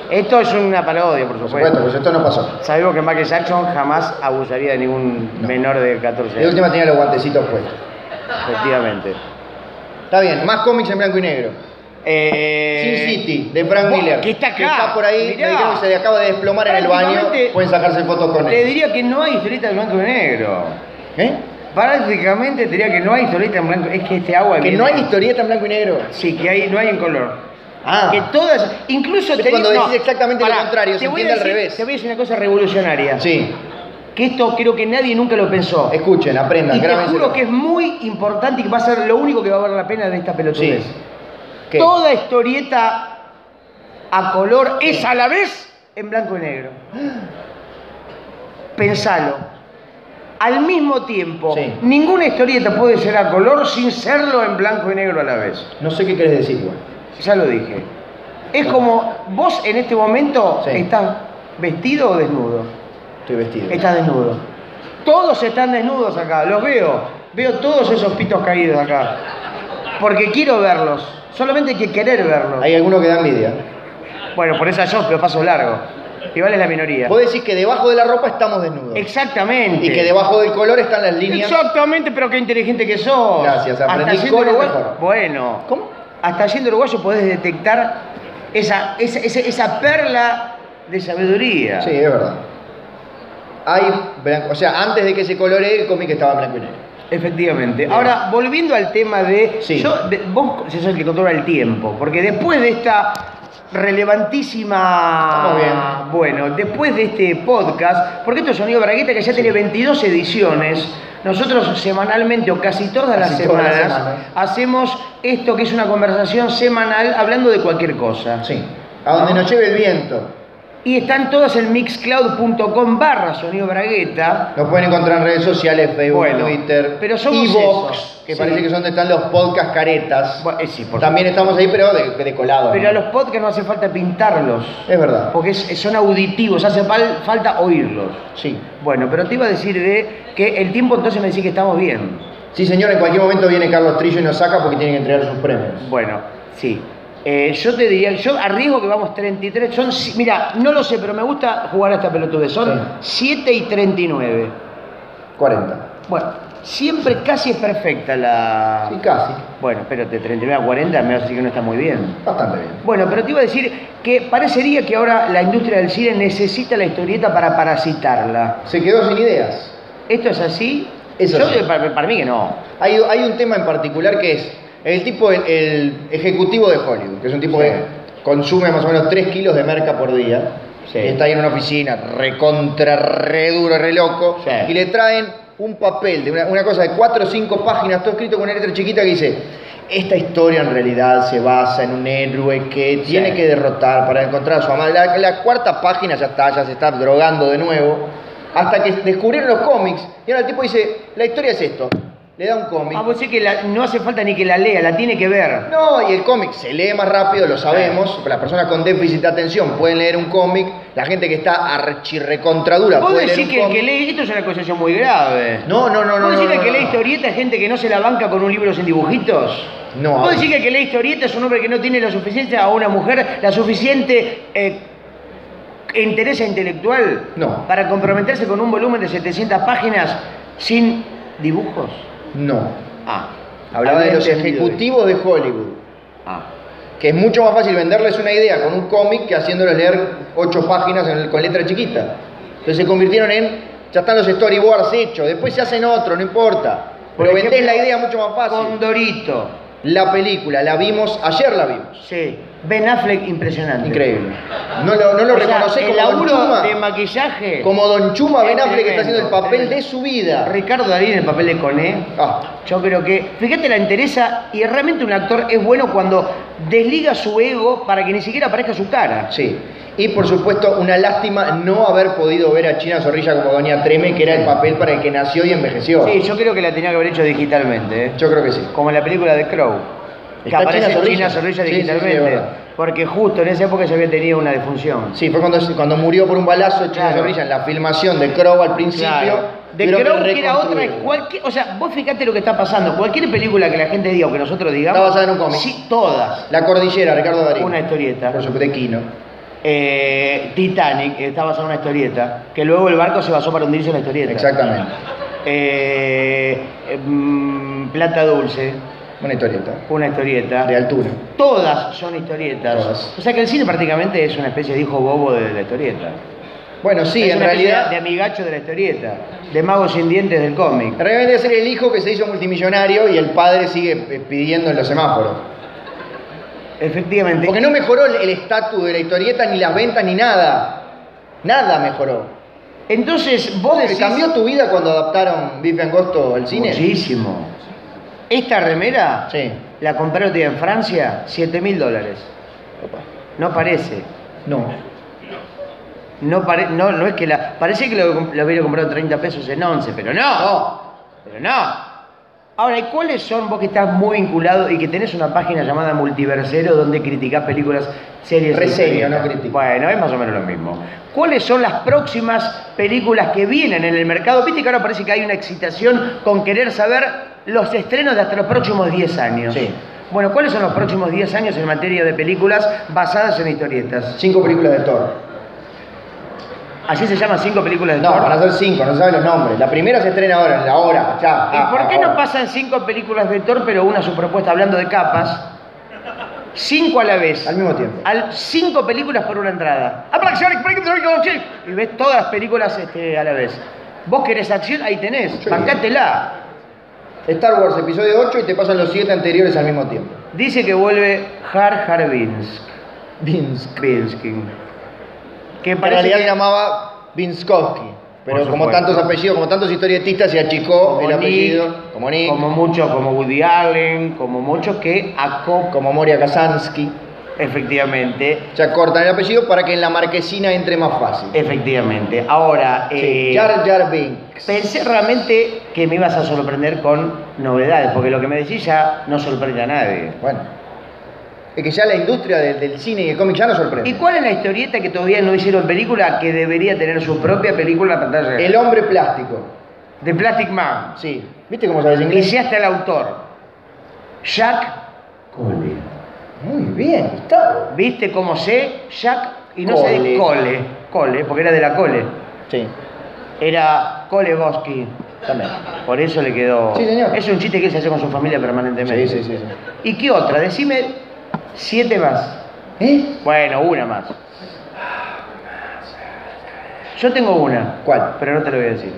[SPEAKER 1] Esto es una parodia, por
[SPEAKER 2] por supuesto,
[SPEAKER 1] supuesto.
[SPEAKER 2] pues esto no pasó.
[SPEAKER 1] Sabemos que Michael Jackson jamás abusaría de ningún
[SPEAKER 2] No.
[SPEAKER 1] menor de 14
[SPEAKER 2] De
[SPEAKER 1] años.
[SPEAKER 2] última tenía los guantecitos puestos.
[SPEAKER 1] Efectivamente.
[SPEAKER 2] Está bien, más cómics en blanco y negro.
[SPEAKER 1] Eh,
[SPEAKER 2] Sin City, de Frank
[SPEAKER 1] vos-
[SPEAKER 2] Miller.
[SPEAKER 1] Que está acá.
[SPEAKER 2] por ahí,
[SPEAKER 1] Mirá.
[SPEAKER 2] me dijeron que se le acaba de desplomar en el baño.
[SPEAKER 1] Prácticamente-
[SPEAKER 2] Pueden sacarse fotos con
[SPEAKER 1] Te
[SPEAKER 2] él.
[SPEAKER 1] diría que no hay historieta en blanco y negro.
[SPEAKER 2] ¿Eh?
[SPEAKER 1] Prácticamente te diría que no hay historieta en blanco. Es que este agua.
[SPEAKER 2] Que
[SPEAKER 1] viene-
[SPEAKER 2] no hay historieta en blanco y negro.
[SPEAKER 1] Sí, que hay, no hay en color.
[SPEAKER 2] Ah.
[SPEAKER 1] Que todas, incluso
[SPEAKER 2] Es
[SPEAKER 1] te
[SPEAKER 2] cuando
[SPEAKER 1] digo-
[SPEAKER 2] decís exactamente lo
[SPEAKER 1] pará,
[SPEAKER 2] contrario, se
[SPEAKER 1] te voy a
[SPEAKER 2] entiende al
[SPEAKER 1] decir-
[SPEAKER 2] revés.
[SPEAKER 1] Te voy a decir una cosa revolucionaria.
[SPEAKER 2] Sí.
[SPEAKER 1] Que esto creo que nadie nunca lo pensó.
[SPEAKER 2] Escuchen, aprendan,
[SPEAKER 1] y te
[SPEAKER 2] grábenselo.
[SPEAKER 1] juro que es muy importante y que va a ser lo único que va a valer la pena de esta pelotudez.
[SPEAKER 2] Sí. ¿Qué?
[SPEAKER 1] Toda historieta a color es a la vez en blanco y negro. Pensalo. Al mismo tiempo,
[SPEAKER 2] Sí.
[SPEAKER 1] ninguna historieta puede ser a color sin serlo en blanco y negro a la vez.
[SPEAKER 2] No sé qué querés decir, güey.
[SPEAKER 1] Ya lo dije. Es como vos en este momento
[SPEAKER 2] Sí.
[SPEAKER 1] estás vestido o desnudo.
[SPEAKER 2] Estoy vestido.
[SPEAKER 1] Estás desnudo. Todos están desnudos acá, los veo. Veo todos esos pitos caídos acá. Porque quiero verlos. Solamente hay que querer verlos.
[SPEAKER 2] Hay alguno que da envidia.
[SPEAKER 1] Bueno, por eso yo lo paso largo. Igual es la minoría.
[SPEAKER 2] Vos decís que debajo de la ropa estamos desnudos.
[SPEAKER 1] Exactamente.
[SPEAKER 2] Y que debajo del color están las líneas.
[SPEAKER 1] Exactamente, pero qué inteligente que sos.
[SPEAKER 2] Gracias, aprendí
[SPEAKER 1] Hasta siendo
[SPEAKER 2] con el
[SPEAKER 1] uruguayo-
[SPEAKER 2] mejor.
[SPEAKER 1] Bueno.
[SPEAKER 2] ¿Cómo?
[SPEAKER 1] Hasta siendo uruguayo podés detectar esa, esa, esa- esa perla de sabiduría.
[SPEAKER 2] Sí, es verdad. Hay blanco. O sea, antes de que se coloree el cómic estaba en blanco y negro.
[SPEAKER 1] Efectivamente.
[SPEAKER 2] Bien.
[SPEAKER 1] Ahora, volviendo al tema de,
[SPEAKER 2] Sí.
[SPEAKER 1] yo- de- Vos sos el que controla el tiempo, porque después de esta relevantísima...
[SPEAKER 2] Estamos bien.
[SPEAKER 1] Bueno, después de este podcast, porque esto es Sonido Bragueta que ya tiene 22 ediciones, nosotros semanalmente o casi todas las
[SPEAKER 2] Casi todas
[SPEAKER 1] semanas
[SPEAKER 2] las semanas. ¿eh?
[SPEAKER 1] hacemos esto que es una conversación semanal hablando de cualquier cosa.
[SPEAKER 2] Sí. A donde nos lleve el viento.
[SPEAKER 1] Y están todas en mixcloud.com barra Sonido Bragueta.
[SPEAKER 2] Nos pueden encontrar en redes sociales, Facebook,
[SPEAKER 1] Bueno,
[SPEAKER 2] Twitter,
[SPEAKER 1] pero somos
[SPEAKER 2] Evox,
[SPEAKER 1] eso.
[SPEAKER 2] que
[SPEAKER 1] Sí.
[SPEAKER 2] parece que es donde están los podcast caretas.
[SPEAKER 1] Bueno, eh, sí, por
[SPEAKER 2] También estamos ahí, pero de, de colado.
[SPEAKER 1] Pero
[SPEAKER 2] ¿no?
[SPEAKER 1] a los podcasts no hace falta pintarlos,
[SPEAKER 2] Es verdad.
[SPEAKER 1] porque es- son auditivos, hace fal- falta oírlos.
[SPEAKER 2] Sí.
[SPEAKER 1] Bueno, pero te iba a decir de que el tiempo entonces me decís que estamos bien.
[SPEAKER 2] Sí, señor, en cualquier momento viene Carlos Trillo y nos saca porque tiene que entregar sus premios.
[SPEAKER 1] Bueno, sí. Eh, yo te diría, yo arriesgo que vamos 33, son, si- mira, no lo sé, pero me gusta jugar a esta pelotudez, son 7 y 39.
[SPEAKER 2] 40.
[SPEAKER 1] Bueno, siempre casi es perfecta la...
[SPEAKER 2] Sí, casi.
[SPEAKER 1] Bueno, espérate, 39 a 40 me vas a decir que no está muy bien.
[SPEAKER 2] Bastante bien.
[SPEAKER 1] Bueno, pero te iba a decir que parecería que ahora la industria del cine necesita la historieta para parasitarla.
[SPEAKER 2] Se quedó sin ideas.
[SPEAKER 1] ¿Esto es así?
[SPEAKER 2] Es
[SPEAKER 1] Yo-
[SPEAKER 2] así.
[SPEAKER 1] Para, para mí que no.
[SPEAKER 2] Hay, hay un tema en particular que es el tipo, el, el ejecutivo de Hollywood, que es un tipo
[SPEAKER 1] Sí.
[SPEAKER 2] que consume más o menos 3 kilos de merca por día.
[SPEAKER 1] Sí.
[SPEAKER 2] Y está ahí en una oficina, recontra, re duro, re loco.
[SPEAKER 1] Sí.
[SPEAKER 2] Y le traen un papel de una, una cosa de 4 o 5 páginas, todo escrito con una letra chiquita que dice. Esta historia en realidad se basa en un héroe que tiene
[SPEAKER 1] Sí.
[SPEAKER 2] que derrotar para encontrar a su amada. La, la cuarta página ya está, ya se está drogando de nuevo. Hasta que descubrieron los cómics. Y ahora el tipo dice, la historia es esto. Le da un cómic.
[SPEAKER 1] Ah, vos decís que la- no hace falta ni que la lea, la tiene que ver.
[SPEAKER 2] No, y el cómic se lee más rápido, lo sabemos. Las personas con déficit de atención pueden leer un cómic. La gente que está archirrecontradura
[SPEAKER 1] Vos
[SPEAKER 2] puede leer
[SPEAKER 1] decís
[SPEAKER 2] un
[SPEAKER 1] que el que
[SPEAKER 2] cómic.
[SPEAKER 1] lee, esto es una acusación muy grave.
[SPEAKER 2] No, no, no, no.
[SPEAKER 1] ¿Vos
[SPEAKER 2] no,
[SPEAKER 1] decís que el
[SPEAKER 2] no,
[SPEAKER 1] que lee
[SPEAKER 2] no.
[SPEAKER 1] historieta es gente que no se la banca con un libro sin dibujitos?
[SPEAKER 2] No,
[SPEAKER 1] ¿Vos
[SPEAKER 2] ahora-
[SPEAKER 1] decís que el que lee historieta es un hombre que no tiene la suficiente, a una mujer, la suficiente eh, interés intelectual
[SPEAKER 2] No.
[SPEAKER 1] para comprometerse con un volumen de 700 páginas sin dibujos?
[SPEAKER 2] No.
[SPEAKER 1] Ah,
[SPEAKER 2] Hablaba de
[SPEAKER 1] había
[SPEAKER 2] los
[SPEAKER 1] entendido
[SPEAKER 2] ejecutivos de Hollywood.
[SPEAKER 1] eso. Ah,
[SPEAKER 2] Que es mucho más fácil venderles una idea con un cómic que haciéndoles leer ocho páginas en- con letra chiquita. Entonces se convirtieron en. Ya están los storyboards hechos, después se hacen otro, no importa.
[SPEAKER 1] Por
[SPEAKER 2] Pero
[SPEAKER 1] ejemplo,
[SPEAKER 2] vendés la idea mucho más fácil.
[SPEAKER 1] Condorito,
[SPEAKER 2] La película, la vimos, ayer la vimos.
[SPEAKER 1] sí. Ben Affleck, impresionante.
[SPEAKER 2] Increíble. No lo, no lo
[SPEAKER 1] O sea,
[SPEAKER 2] reconocés
[SPEAKER 1] el
[SPEAKER 2] como Don
[SPEAKER 1] laburo
[SPEAKER 2] Chuma.
[SPEAKER 1] de maquillaje.
[SPEAKER 2] Como Don Chuma
[SPEAKER 1] Es
[SPEAKER 2] Ben Affleck que está haciendo
[SPEAKER 1] tremendo,
[SPEAKER 2] el papel
[SPEAKER 1] tremendo.
[SPEAKER 2] de su vida.
[SPEAKER 1] Ricardo Darín en el papel de Coné.
[SPEAKER 2] Ah,
[SPEAKER 1] Yo creo que, fíjate la interesa y realmente un actor es bueno cuando desliga su ego para que ni siquiera aparezca su cara.
[SPEAKER 2] sí. Y por supuesto, una lástima no haber podido ver a China Zorrilla como Doña Treme, que era el papel para el que nació y envejeció.
[SPEAKER 1] Sí, yo creo que la tenía que haber hecho digitalmente, ¿eh?
[SPEAKER 2] Yo creo que sí.
[SPEAKER 1] como en la película de Crow. Que
[SPEAKER 2] Está
[SPEAKER 1] aparece
[SPEAKER 2] China
[SPEAKER 1] China
[SPEAKER 2] Zorrilla.
[SPEAKER 1] Zorrilla,
[SPEAKER 2] Sí, sí, sí,
[SPEAKER 1] digitalmente.
[SPEAKER 2] es verdad.
[SPEAKER 1] porque justo en esa época ya había tenido una defunción.
[SPEAKER 2] Sí, fue cuando, cuando murió por un balazo China
[SPEAKER 1] Claro.
[SPEAKER 2] Zorrilla en la filmación de Crow al principio.
[SPEAKER 1] De
[SPEAKER 2] tuvieron
[SPEAKER 1] Crow que era otra,
[SPEAKER 2] reconstruirlo.
[SPEAKER 1] cualquier, o sea, vos fijate lo que está pasando. Cualquier película que la gente diga o que nosotros digamos.
[SPEAKER 2] Está basada en un cómic.
[SPEAKER 1] Sí, todas.
[SPEAKER 2] La cordillera, Ricardo Darín.
[SPEAKER 1] Una historieta.
[SPEAKER 2] Por supuesto, de Quino.
[SPEAKER 1] Eh, Titanic está basada en una historieta. Que luego el barco se basó para hundirse en la historieta.
[SPEAKER 2] Exactamente.
[SPEAKER 1] Eh, eh, mm, Plata Dulce,
[SPEAKER 2] Una historieta.
[SPEAKER 1] una historieta.
[SPEAKER 2] De altura.
[SPEAKER 1] Todas son historietas.
[SPEAKER 2] Todas.
[SPEAKER 1] O sea que el cine prácticamente es una especie de hijo bobo de la historieta.
[SPEAKER 2] Bueno, sí,
[SPEAKER 1] Es
[SPEAKER 2] en
[SPEAKER 1] una especie
[SPEAKER 2] realidad.
[SPEAKER 1] De amigacho de la historieta. De mago sin dientes del cómic.
[SPEAKER 2] Realmente es el hijo que se hizo multimillonario y el padre sigue eh, pidiendo en los semáforos.
[SPEAKER 1] Efectivamente.
[SPEAKER 2] Porque no mejoró el el estatus de la historieta, ni las ventas, ni nada. Nada mejoró.
[SPEAKER 1] Entonces, vos decís...
[SPEAKER 2] ¿Cambió tu vida cuando adaptaron Biff Angosto al cine?
[SPEAKER 1] Muchísimo. Esta remera
[SPEAKER 2] Sí.
[SPEAKER 1] la compré otro día en Francia, 7 mil dólares.
[SPEAKER 2] Opa.
[SPEAKER 1] No parece.
[SPEAKER 2] No.
[SPEAKER 1] No, pare- no, no es que la. Parece que lo, lo hubiera comprado 30 pesos en 11, pero no.
[SPEAKER 2] No.
[SPEAKER 1] Pero no. Ahora, ¿y cuáles son vos que estás muy vinculado y que tenés una página llamada Multiversero donde criticás películas, series y
[SPEAKER 2] Reseño,
[SPEAKER 1] historietas?
[SPEAKER 2] no critico.
[SPEAKER 1] Bueno, es más o menos lo mismo. ¿Cuáles son las próximas películas que vienen en el mercado? Viste que ahora parece que hay una excitación con querer saber los estrenos de hasta los próximos 10 años.
[SPEAKER 2] Sí.
[SPEAKER 1] Bueno, ¿cuáles son los próximos 10 años en materia de películas basadas en historietas?
[SPEAKER 2] Cinco películas de Thor.
[SPEAKER 1] Así se llaman cinco películas de
[SPEAKER 2] No,
[SPEAKER 1] Thor.
[SPEAKER 2] van a ser cinco, no se saben los nombres. La primera se estrena ahora, en la hora, ya.
[SPEAKER 1] ¿Y
[SPEAKER 2] ah,
[SPEAKER 1] por qué
[SPEAKER 2] ahora.
[SPEAKER 1] no pasan cinco películas de Thor, pero una su propuesta hablando de capas? Cinco a la vez.
[SPEAKER 2] Al mismo tiempo.
[SPEAKER 1] Al- cinco películas por una entrada. Y ves todas las películas este, a la vez. Vos querés acción, ahí tenés.
[SPEAKER 2] Sí.
[SPEAKER 1] Bancátela.
[SPEAKER 2] Star Wars episodio 8 y te pasan los 7 anteriores al mismo tiempo.
[SPEAKER 1] Dice que vuelve Har Harbinsk.
[SPEAKER 2] Vinsk.
[SPEAKER 1] Binskin. Que
[SPEAKER 2] En
[SPEAKER 1] parece
[SPEAKER 2] realidad
[SPEAKER 1] que-
[SPEAKER 2] se llamaba Vinskowski. Pero
[SPEAKER 1] Por
[SPEAKER 2] como
[SPEAKER 1] supuesto.
[SPEAKER 2] tantos apellidos, como tantos historietistas, se achicó el
[SPEAKER 1] Nick,
[SPEAKER 2] apellido. como Nick,
[SPEAKER 1] como
[SPEAKER 2] como,
[SPEAKER 1] muchos, como Woody Allen, como muchos que acopan
[SPEAKER 2] Moria Kazansky.
[SPEAKER 1] efectivamente,
[SPEAKER 2] Ya cortan el apellido para que en la marquesina entre más fácil.
[SPEAKER 1] Eh. efectivamente. Ahora, eh,
[SPEAKER 2] Sí, Jar Jar Binks.
[SPEAKER 1] pensé realmente que me ibas a sorprender con novedades, porque lo que me decís ya no sorprende a nadie.
[SPEAKER 2] Bueno. Es que ya la industria del, del cine y el cómic ya nos sorprende.
[SPEAKER 1] ¿Y cuál es la historieta que todavía no hicieron película que debería tener su propia película en la pantalla?
[SPEAKER 2] El hombre plástico.
[SPEAKER 1] De Plastic Man.
[SPEAKER 2] Sí. ¿Viste cómo sabes
[SPEAKER 1] Y
[SPEAKER 2] inglés?
[SPEAKER 1] si hasta el autor. Jack Cole.
[SPEAKER 2] Muy bien, Gustavo.
[SPEAKER 1] ¿Viste cómo sé? Jack y no sé
[SPEAKER 2] Cole.
[SPEAKER 1] de Cole. Cole, porque era de la Cole.
[SPEAKER 2] Sí,
[SPEAKER 1] Era Cole Goski.
[SPEAKER 2] también.
[SPEAKER 1] Por eso le quedó.
[SPEAKER 2] Sí, señor.
[SPEAKER 1] Es un chiste que él se hace con su familia permanentemente.
[SPEAKER 2] Sí, sí, sí. sí.
[SPEAKER 1] ¿Y qué otra? Decime siete más.
[SPEAKER 2] ¿Eh?
[SPEAKER 1] Bueno, una más. Yo tengo una,
[SPEAKER 2] ¿Cuál?
[SPEAKER 1] pero no te lo voy a decir.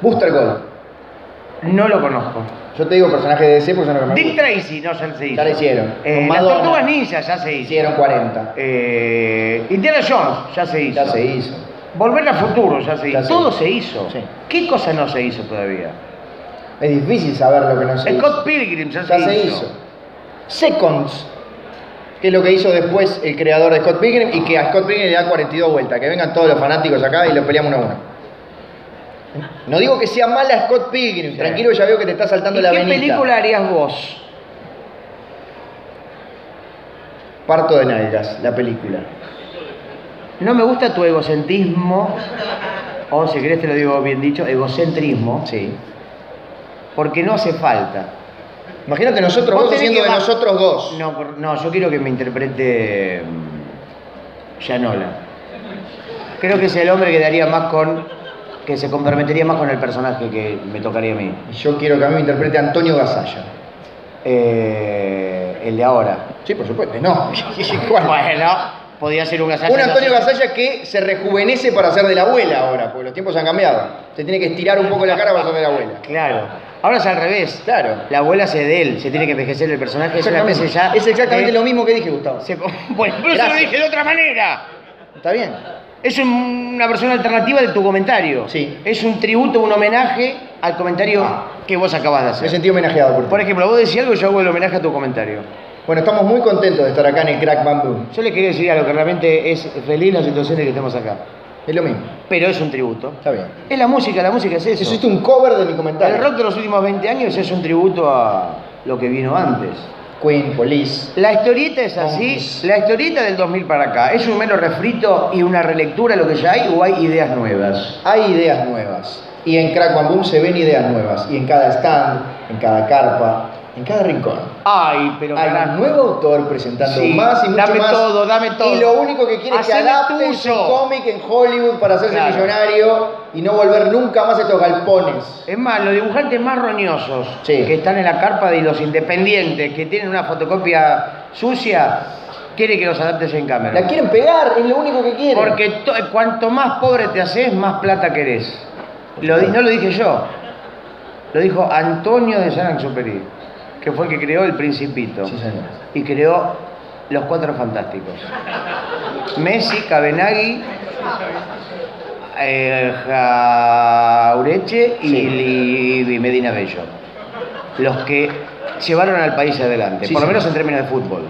[SPEAKER 2] Booster Gold.
[SPEAKER 1] No lo conozco.
[SPEAKER 2] Yo te digo personaje de DC porque son los que me
[SPEAKER 1] Dick
[SPEAKER 2] gustan.
[SPEAKER 1] Tracy, no, ya se hizo.
[SPEAKER 2] Ya lo hicieron.
[SPEAKER 1] Eh, las
[SPEAKER 2] Con Madonna.
[SPEAKER 1] Tortugas Ninja ya se hizo.
[SPEAKER 2] Hicieron 40.
[SPEAKER 1] Eh, Indiana Jones ya se hizo.
[SPEAKER 2] Ya se hizo.
[SPEAKER 1] Volver al futuro ya se hizo.
[SPEAKER 2] Ya se
[SPEAKER 1] Todo
[SPEAKER 2] hizo.
[SPEAKER 1] se hizo.
[SPEAKER 2] Sí.
[SPEAKER 1] ¿Qué cosa no se hizo todavía?
[SPEAKER 2] Es difícil saber lo que no se
[SPEAKER 1] Scott
[SPEAKER 2] hizo.
[SPEAKER 1] Pilgrim ya,
[SPEAKER 2] Ya se hizo. Seconds, que es lo que hizo después el creador de Scott Pilgrim y que a Scott Pilgrim le da 42 vueltas. Que vengan todos los fanáticos acá y lo peleamos uno a uno. No digo que sea mala Scott Pilgrim,
[SPEAKER 1] Sí.
[SPEAKER 2] tranquilo, ya veo que te está saltando
[SPEAKER 1] ¿Y
[SPEAKER 2] la
[SPEAKER 1] qué
[SPEAKER 2] avenida.
[SPEAKER 1] película harías vos?
[SPEAKER 2] Parto de nalgas, la película.
[SPEAKER 1] No me gusta tu egocentrismo, o si querés te lo digo bien dicho, egocentrismo,
[SPEAKER 2] Sí.
[SPEAKER 1] porque no hace falta.
[SPEAKER 2] Imagínate nosotros
[SPEAKER 1] Vos
[SPEAKER 2] dos
[SPEAKER 1] tenés
[SPEAKER 2] siendo
[SPEAKER 1] que
[SPEAKER 2] de
[SPEAKER 1] va-
[SPEAKER 2] nosotros dos.
[SPEAKER 1] No, por- no, yo quiero que me interprete mm, Gianola. Creo que es el hombre que daría más con. que se comprometería más con el personaje que me tocaría a mí.
[SPEAKER 2] Y Yo quiero que a mí me interprete Antonio Gasalla.
[SPEAKER 1] Eh, el de ahora.
[SPEAKER 2] Sí, por supuesto.
[SPEAKER 1] [laughs]
[SPEAKER 2] Eh, No. ¿Cuál?
[SPEAKER 1] Bueno, podía ser un gasallo.
[SPEAKER 2] Un Antonio Gasalla que se rejuvenece para ser de la abuela ahora, porque los tiempos han cambiado. Se tiene que estirar un poco la cara para ser de la abuela.
[SPEAKER 1] Claro. Ahora es al revés.
[SPEAKER 2] Claro.
[SPEAKER 1] La abuela se de él, se tiene que envejecer el personaje. Es una especie ya.
[SPEAKER 2] Es exactamente
[SPEAKER 1] de-
[SPEAKER 2] lo mismo que dije, Gustavo.
[SPEAKER 1] se- [laughs] bueno, pero se lo
[SPEAKER 2] Gracias.
[SPEAKER 1] dije de otra manera.
[SPEAKER 2] ¿Está bien?
[SPEAKER 1] Es un- una versión alternativa de tu comentario.
[SPEAKER 2] Sí.
[SPEAKER 1] Es un tributo, un homenaje al comentario que vos acabas de
[SPEAKER 2] Me
[SPEAKER 1] hacer.
[SPEAKER 2] sentí homenajeado por ti.
[SPEAKER 1] Por ejemplo, vos decís algo y yo hago el homenaje a tu comentario.
[SPEAKER 2] Bueno, estamos muy contentos de estar acá en el Crack Bamboo.
[SPEAKER 1] Yo le quería decir algo que realmente es feliz la situación de que estemos acá.
[SPEAKER 2] Es lo mismo.
[SPEAKER 1] Pero es un tributo.
[SPEAKER 2] Está bien.
[SPEAKER 1] Es la música, la música es eso.
[SPEAKER 2] Hiciste un cover de mi comentario.
[SPEAKER 1] El rock de los últimos 20 años es un tributo a lo que vino antes.
[SPEAKER 2] Queen, Police.
[SPEAKER 1] La historieta es así,
[SPEAKER 2] Monkeys.
[SPEAKER 1] la historieta del 2000 para acá, ¿es un mero refrito y una relectura de lo que ya hay o hay ideas nuevas?
[SPEAKER 2] Hay ideas nuevas. Y en Crack Bamboo se ven ideas nuevas. Y en cada stand, en cada carpa, en cada rincón.
[SPEAKER 1] Ay, pero
[SPEAKER 2] Hay
[SPEAKER 1] carajo.
[SPEAKER 2] un nuevo autor presentando
[SPEAKER 1] Sí,
[SPEAKER 2] más y mucho
[SPEAKER 1] dame
[SPEAKER 2] más.
[SPEAKER 1] todo, dame todo.
[SPEAKER 2] Y lo único que quiere es que
[SPEAKER 1] Haceme
[SPEAKER 2] adapten su
[SPEAKER 1] tuyo.
[SPEAKER 2] cómic en Hollywood para hacerse
[SPEAKER 1] Claro.
[SPEAKER 2] millonario y no volver nunca más a estos galpones.
[SPEAKER 1] Es más, los dibujantes más roñosos
[SPEAKER 2] Sí.
[SPEAKER 1] que están en la carpa de los independientes, que tienen una fotocopia sucia, quiere que los adaptes en cámara.
[SPEAKER 2] La quieren pegar, es lo único que quieren.
[SPEAKER 1] Porque to- cuanto más pobre te haces, más plata querés. Lo di- no lo dije yo, lo dijo Antonio de San Exupéry, que fue el que creó El Principito
[SPEAKER 2] Sí, señor.
[SPEAKER 1] y creó Los Cuatro Fantásticos. Messi, Cabenagui, eh, Jaureche y, y- y Medina Bello. Los que llevaron al país adelante,
[SPEAKER 2] Sí,
[SPEAKER 1] por lo
[SPEAKER 2] señor.
[SPEAKER 1] menos en términos de fútbol.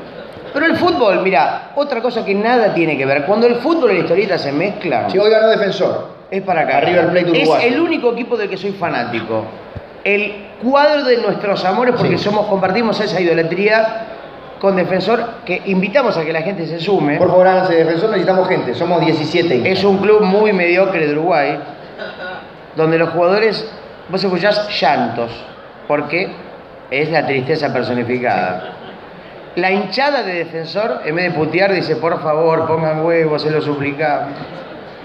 [SPEAKER 1] Pero el fútbol, mira, otra cosa que nada tiene que ver. Cuando el fútbol y la historieta se mezclan,
[SPEAKER 2] Sí, hoy ganó defensor.
[SPEAKER 1] es para acá.
[SPEAKER 2] A River Plate uruguayo.
[SPEAKER 1] Es el único equipo del que soy fanático. El cuadro de nuestros amores, porque
[SPEAKER 2] Sí.
[SPEAKER 1] somos, compartimos esa idolatría con Defensor, que invitamos a que la gente se sume.
[SPEAKER 2] Por favor, háganse defensor, necesitamos gente. Somos 17.
[SPEAKER 1] Es un club muy mediocre de Uruguay, donde los jugadores, vos escuchás llantos, porque es la tristeza personificada. La hinchada de defensor, en vez de putear, dice, por favor, pongan huevos, se lo suplicamos.